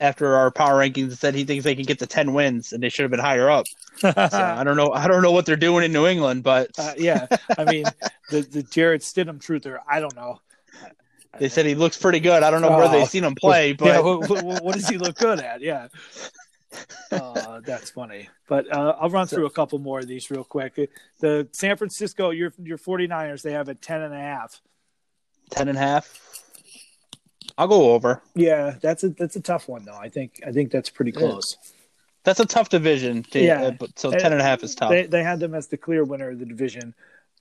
after our power rankings and said he thinks they can get to ten wins and they should have been higher up. So Ah. I don't know. I don't know what they're doing in New England, but Uh, yeah, I mean the the Jared Stidham truther. I don't know. they said he looks pretty good. I don't know where Oh. they've seen him play, but yeah, what, what, what does he look good at? Yeah. Uh, that's funny. But uh, I'll run through a couple more of these real quick. Uh, The San Francisco, your your 49ers, they have a 10 and a half. ten and a half. I'll go over. Yeah, that's a that's a tough one though. I think I think that's pretty Yeah. close. That's a tough division. To, Yeah. uh, but- so ten and a half is tough. They they had them as the clear winner of the division.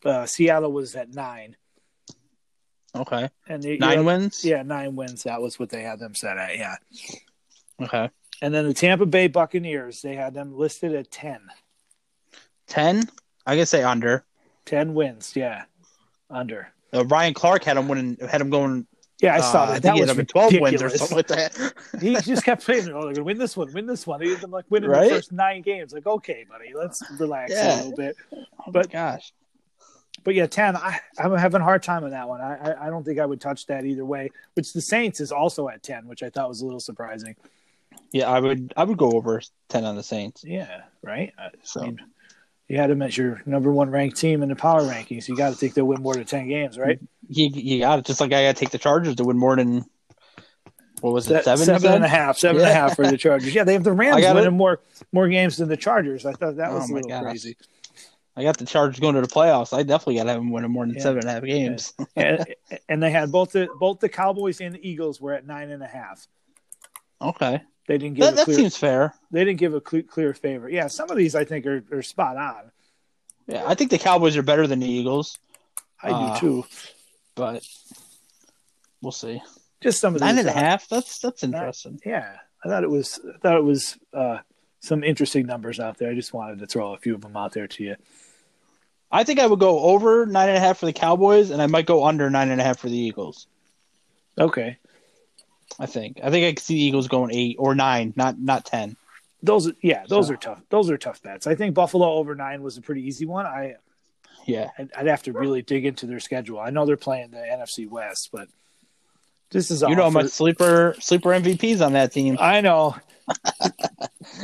Uh, Seattle was at nine, okay, and the, nine yeah, wins. Yeah, nine wins. That was what they had them set at. Yeah, Okay, and then the Tampa Bay Buccaneers, they had them listed at 10. ten. I can say under. 10 wins. Yeah, under. Uh, Ryan Clark had him winning. Had him going. Yeah, I saw uh, that. think that he had was him at twelve wins or ridiculous. something like that. he just kept saying, "Oh, they're gonna win this one, win this one." He's like winning Right? the first nine games. Like, okay, buddy, let's relax a Yeah. little bit. Oh my But- gosh, But yeah, ten. I, I'm having a hard time on that one. I, I I don't think I would touch that either way. Which the Saints is also at ten, which I thought was a little surprising. yeah, I would. I would go over ten on the Saints. Yeah, right. Uh, So mean, You had them as your number one ranked team in the power rankings. You got to think they'll win more than ten games, right? you, you got it. Just like I got to take the Chargers to win more than what was it That- seven? you seven said? and a half, seven and a Yeah. half for the Chargers. Yeah, they have the Rams got winning it. more more games than the Chargers. I thought that Oh was a my little gosh. crazy. I got the Chargers going to the playoffs. I definitely got to have them winning more than Yeah. seven and a half games. and, and they had both the both the Cowboys and the Eagles were at nine and a half. Okay, They didn't give that, a that clear, seems fair. they didn't give a clear, clear favor. Yeah, some of these I think are, are spot on. Yeah, I think the Cowboys are better than the Eagles, I Uh, do too. but we'll see. Just some of these Nine and a uh, half. That's that's interesting. Yeah, I thought it was I thought it was uh, some interesting numbers out there. I just wanted to throw a few of them out there to you. I think I would go over nine and a half for the Cowboys, and I might go under nine and a half for the Eagles. Okay, I think. I think I could see the Eagles going eight or nine, not not ten. those are- yeah those So- are tough. Those are tough bets. I think Buffalo over nine was a pretty easy one. I Yeah, I'd, I'd have to really dig into their schedule. I know they're playing the NFC West, but this is you all know my for- sleeper sleeper MVPs on that team. I know.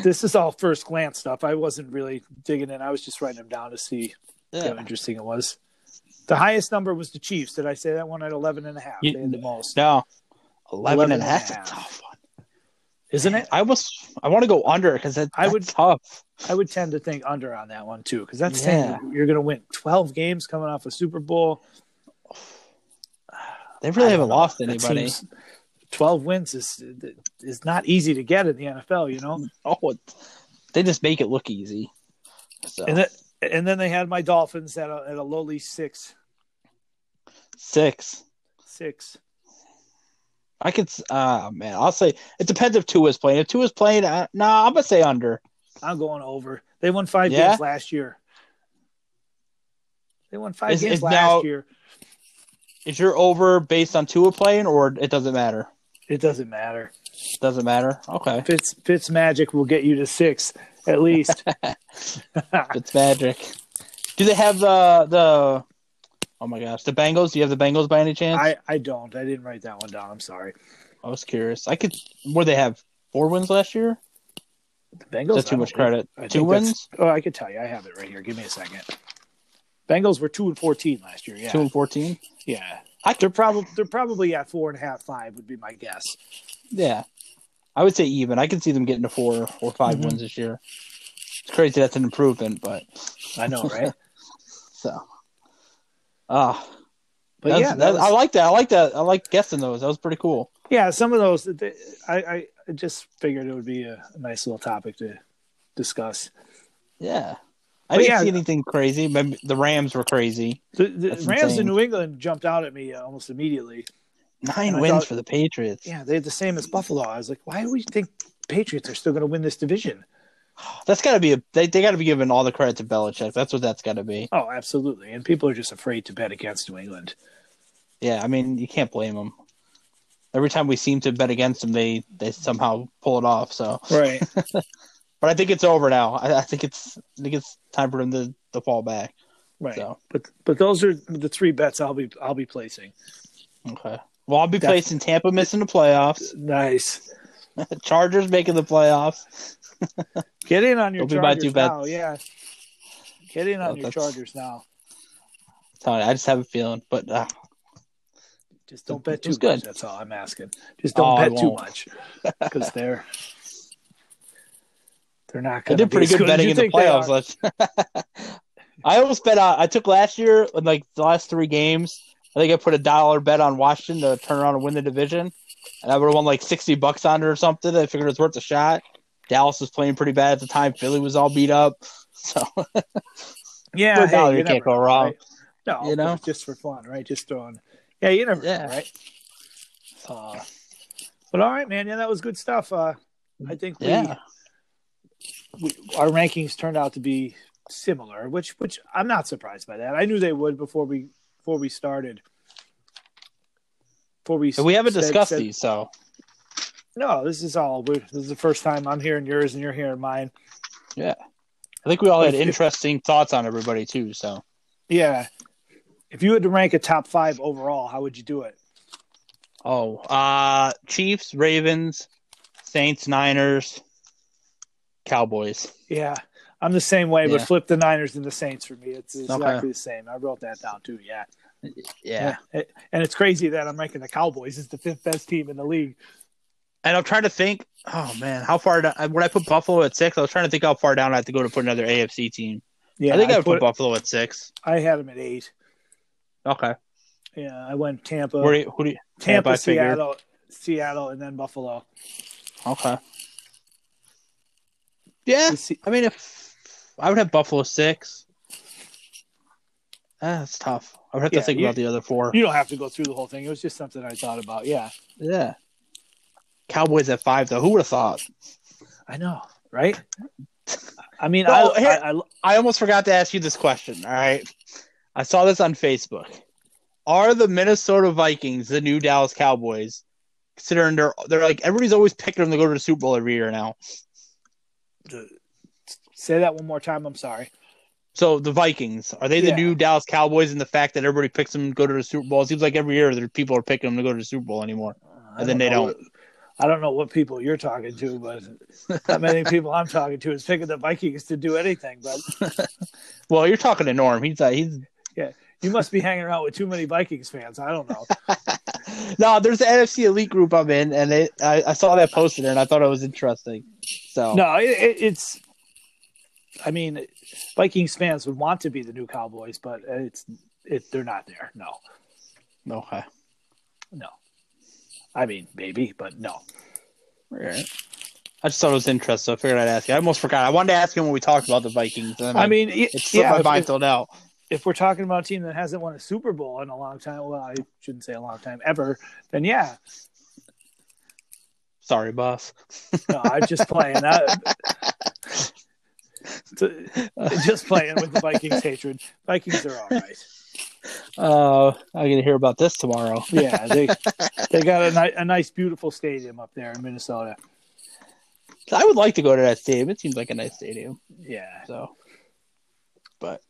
this is all first glance stuff. I wasn't really digging in. I was just writing them down to see how Yeah. interesting it was. The highest number was the Chiefs. Did I say that one at 11 and a half? You- they had the most. No, 11, and a 11 half. That's a tough one. Isn't it? I was I want to go under because I I would would- tough. I would tend to think under on that one too, because that's Yeah. saying you're going to win 12 games coming off a Super Bowl. They I really haven't don't know. lost That anybody. seems- 12 wins is is not easy to get in the NFL, you know? Oh, it- they just make it look easy. So And, that, and then they had my Dolphins at a, at a lowly six. six. Six. I could. s- Uh, man, I'll say it depends if two is playing. If two is playing, uh, nah, I'm gonna say under. I'm going over. They won five Yeah? games last year. They won five Is- games is last now- year. Is your over based on Tua playing, or it doesn't matter? It doesn't matter. Doesn't matter. Okay, Fitz Fitz Magic will get you to six at least. it's magic. Do they have the the? Oh my gosh, the Bengals. Do you have the Bengals by any chance? I, I, I don't. I didn't write that one down. I'm sorry. was curious. I could. Where they have four wins last year? The Is Bengals. that I too don't much think- credit? I think Two that's- wins, Oh, I could tell you. I have it right here. Give me a second. Bengals were two and fourteen last year. Yeah, two and fourteen. yeah. I could probably They're probably at four and a half, five would be my guess. yeah. I would say even. I could see them getting to four or 5 Mhm. wins this year. It's crazy that's an improvement, but I know, right? so ah, But that's- yeah, that that- was- I like that. I like that. I like guessing those. That was pretty cool. Yeah, some of those. th- I, I just figured it would be a nice little topic to discuss. Yeah, I But didn't yeah. see anything crazy. Maybe the Rams were crazy. The, the That's Rams insane. in New England jumped out at me uh, almost immediately. Nine And I wins thought- for the Patriots. Yeah, they had the same as Buffalo. I was like, why do we think Patriots are still going to win this division? That's got to be a. They, they got to be giving all the credit to Belichick. That's what that's got to be. Oh, absolutely. And people are just afraid to bet against New England. Yeah, I mean you can't blame them. Every time we seem to bet against them, they they somehow pull it off. So Right. But I think it's over now. I, I think it's I think it's time for them to, to fall back. right. So But but those are the three bets I'll be I'll be placing. okay. Well, I'll be That's- placing Tampa missing the playoffs. Nice. Chargers making the playoffs. Get in on your Don't be my Chargers two now. bets. Yeah. Get in No, on your that's- Chargers now. Sorry, I just have a feeling, but uh, Just don't bet too It's much. good. That's all I'm asking. Just don't Oh, I bet too won't. much because they're they're not I going to did pretty good betting in the playoffs. Last... I almost bet on. I took last year, in, like the last three games. I think I put a dollar bet on Washington to turn around and win the division, and I would have won like sixty bucks on it or something. I figured it was worth a shot. Dallas was playing pretty bad at the time. Philly was all beat up, so Yeah, for a hey, dollar you you can't never- go wrong. right? No, you know? but just for fun, right? Just throwing. Yeah, you never, Yeah. know, right? Uh, but all right, man. Yeah, that was good stuff. Uh, I think we, Mm, Yeah. we our rankings turned out to be similar, which which I'm not surprised by that. I knew they would before we before we started. Before we And we haven't said- discussed said- these, so No, this is all. we this is the first time I'm hearing yours and you're hearing mine. I think we all had If- if- interesting thoughts on everybody too. So Yeah. If you had to rank a top five overall, how would you do it? oh, uh Chiefs, Ravens, Saints, Niners, Cowboys. Yeah, I'm the same way, Yeah. but flip the Niners and the Saints for me. It's exactly Okay. the same. I wrote that down too. Yeah. Yeah. It- And it's crazy that I'm ranking the Cowboys as the fifth best team in the league. and I'm trying to think. Oh man, how far do- when I put Buffalo at six, I was trying to think how far down I have to go to put another AFC team. Yeah, I think I, would put put, Buffalo at six. I had them at eight. Okay, Yeah, I went Tampa, where do you, who do you? Tampa, Tampa, I figured. Seattle, Seattle, and then Buffalo. Okay, yeah. The Se- I mean, if I would have Buffalo six, Ah, that's tough. I would have Yeah, to think you- about the other four. You don't have to go through the whole thing. It was just something I thought about. Yeah, yeah, Cowboys at five though. Who would have thought? I know, right? I mean, Well, I, here- I, I I almost forgot to ask you this question. All right. I saw this on Facebook. Are the Minnesota Vikings the new Dallas Cowboys? Considering they're they're like everybody's always picking them to go to the Super Bowl every year now. say that one more time. I'm sorry. So the Vikings are they the Yeah. new Dallas Cowboys? And the fact that everybody picks them to go to the Super Bowl it seems like every year there people are picking them to go to the Super Bowl anymore. I And Uh, then they know what- I don't know what people you're talking to, but not many people I'm talking to is picking the Vikings to do anything. But Well, you're talking to Norm. He's uh, he's you must be hanging around with too many Vikings fans. I don't know. no. There's the NFC Elite group I'm in, and it, I I saw that posted and I thought it was interesting. So No, it, it, it's. I mean, Vikings fans would want to be the new Cowboys, but it's it, they're not there. No, okay. no. I mean, maybe, but no. All right. I just thought it was interesting. So I figured I'd ask you. I almost forgot. I wanted to ask him when we talked about the Vikings. And I mean, it it's slipped yeah. my mind If, till now. if we're talking about a team that hasn't won a Super Bowl in a long time, well, I shouldn't say a long time ever. Then yeah, Sorry, boss. No, I'm just playing. I, T- just playing with the Vikings hatred. Vikings are all right. Uh, I'm gonna hear about this tomorrow. Yeah, they they got a, ni- a nice, beautiful stadium up there in Minnesota. I would like to go to that stadium. It seems like a nice stadium. Yeah, So, but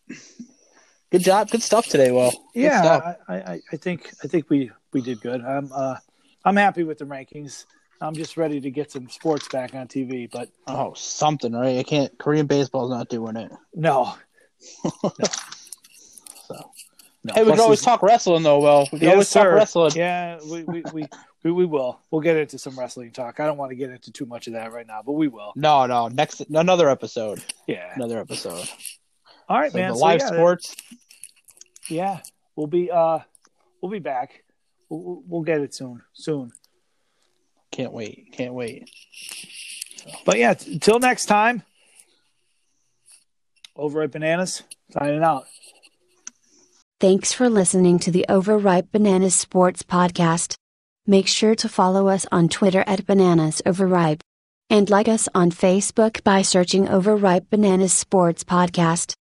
good job, good stuff today. Well, yeah. I, I, I think I think we we did good. I'm uh I'm happy with the rankings. I'm just ready to get some sports back on TV, but Oh, something right? I can't. Korean baseball's not doing it. no, So, no. hey, we Plus can always it's- talk wrestling though. Well, we can Yes, always sir. talk wrestling. Yeah, we we, we we we will. We'll get into some wrestling talk. I don't want to get into too much of that right now, but we will. No, no. Next, another episode. Yeah. Another episode. All right, So man. the So, live yeah, sports. Yeah, we'll be uh, we'll be back. We'll- We'll, we'll get it soon, soon. Can't wait. Can't wait. But yeah, t- till next time. Over at Bananas, signing out. Thanks for listening to the Overripe Bananas Sports Podcast. Make sure to follow us on Twitter at Bananas Overripe. And like us on Facebook by searching Overripe Bananas Sports Podcast.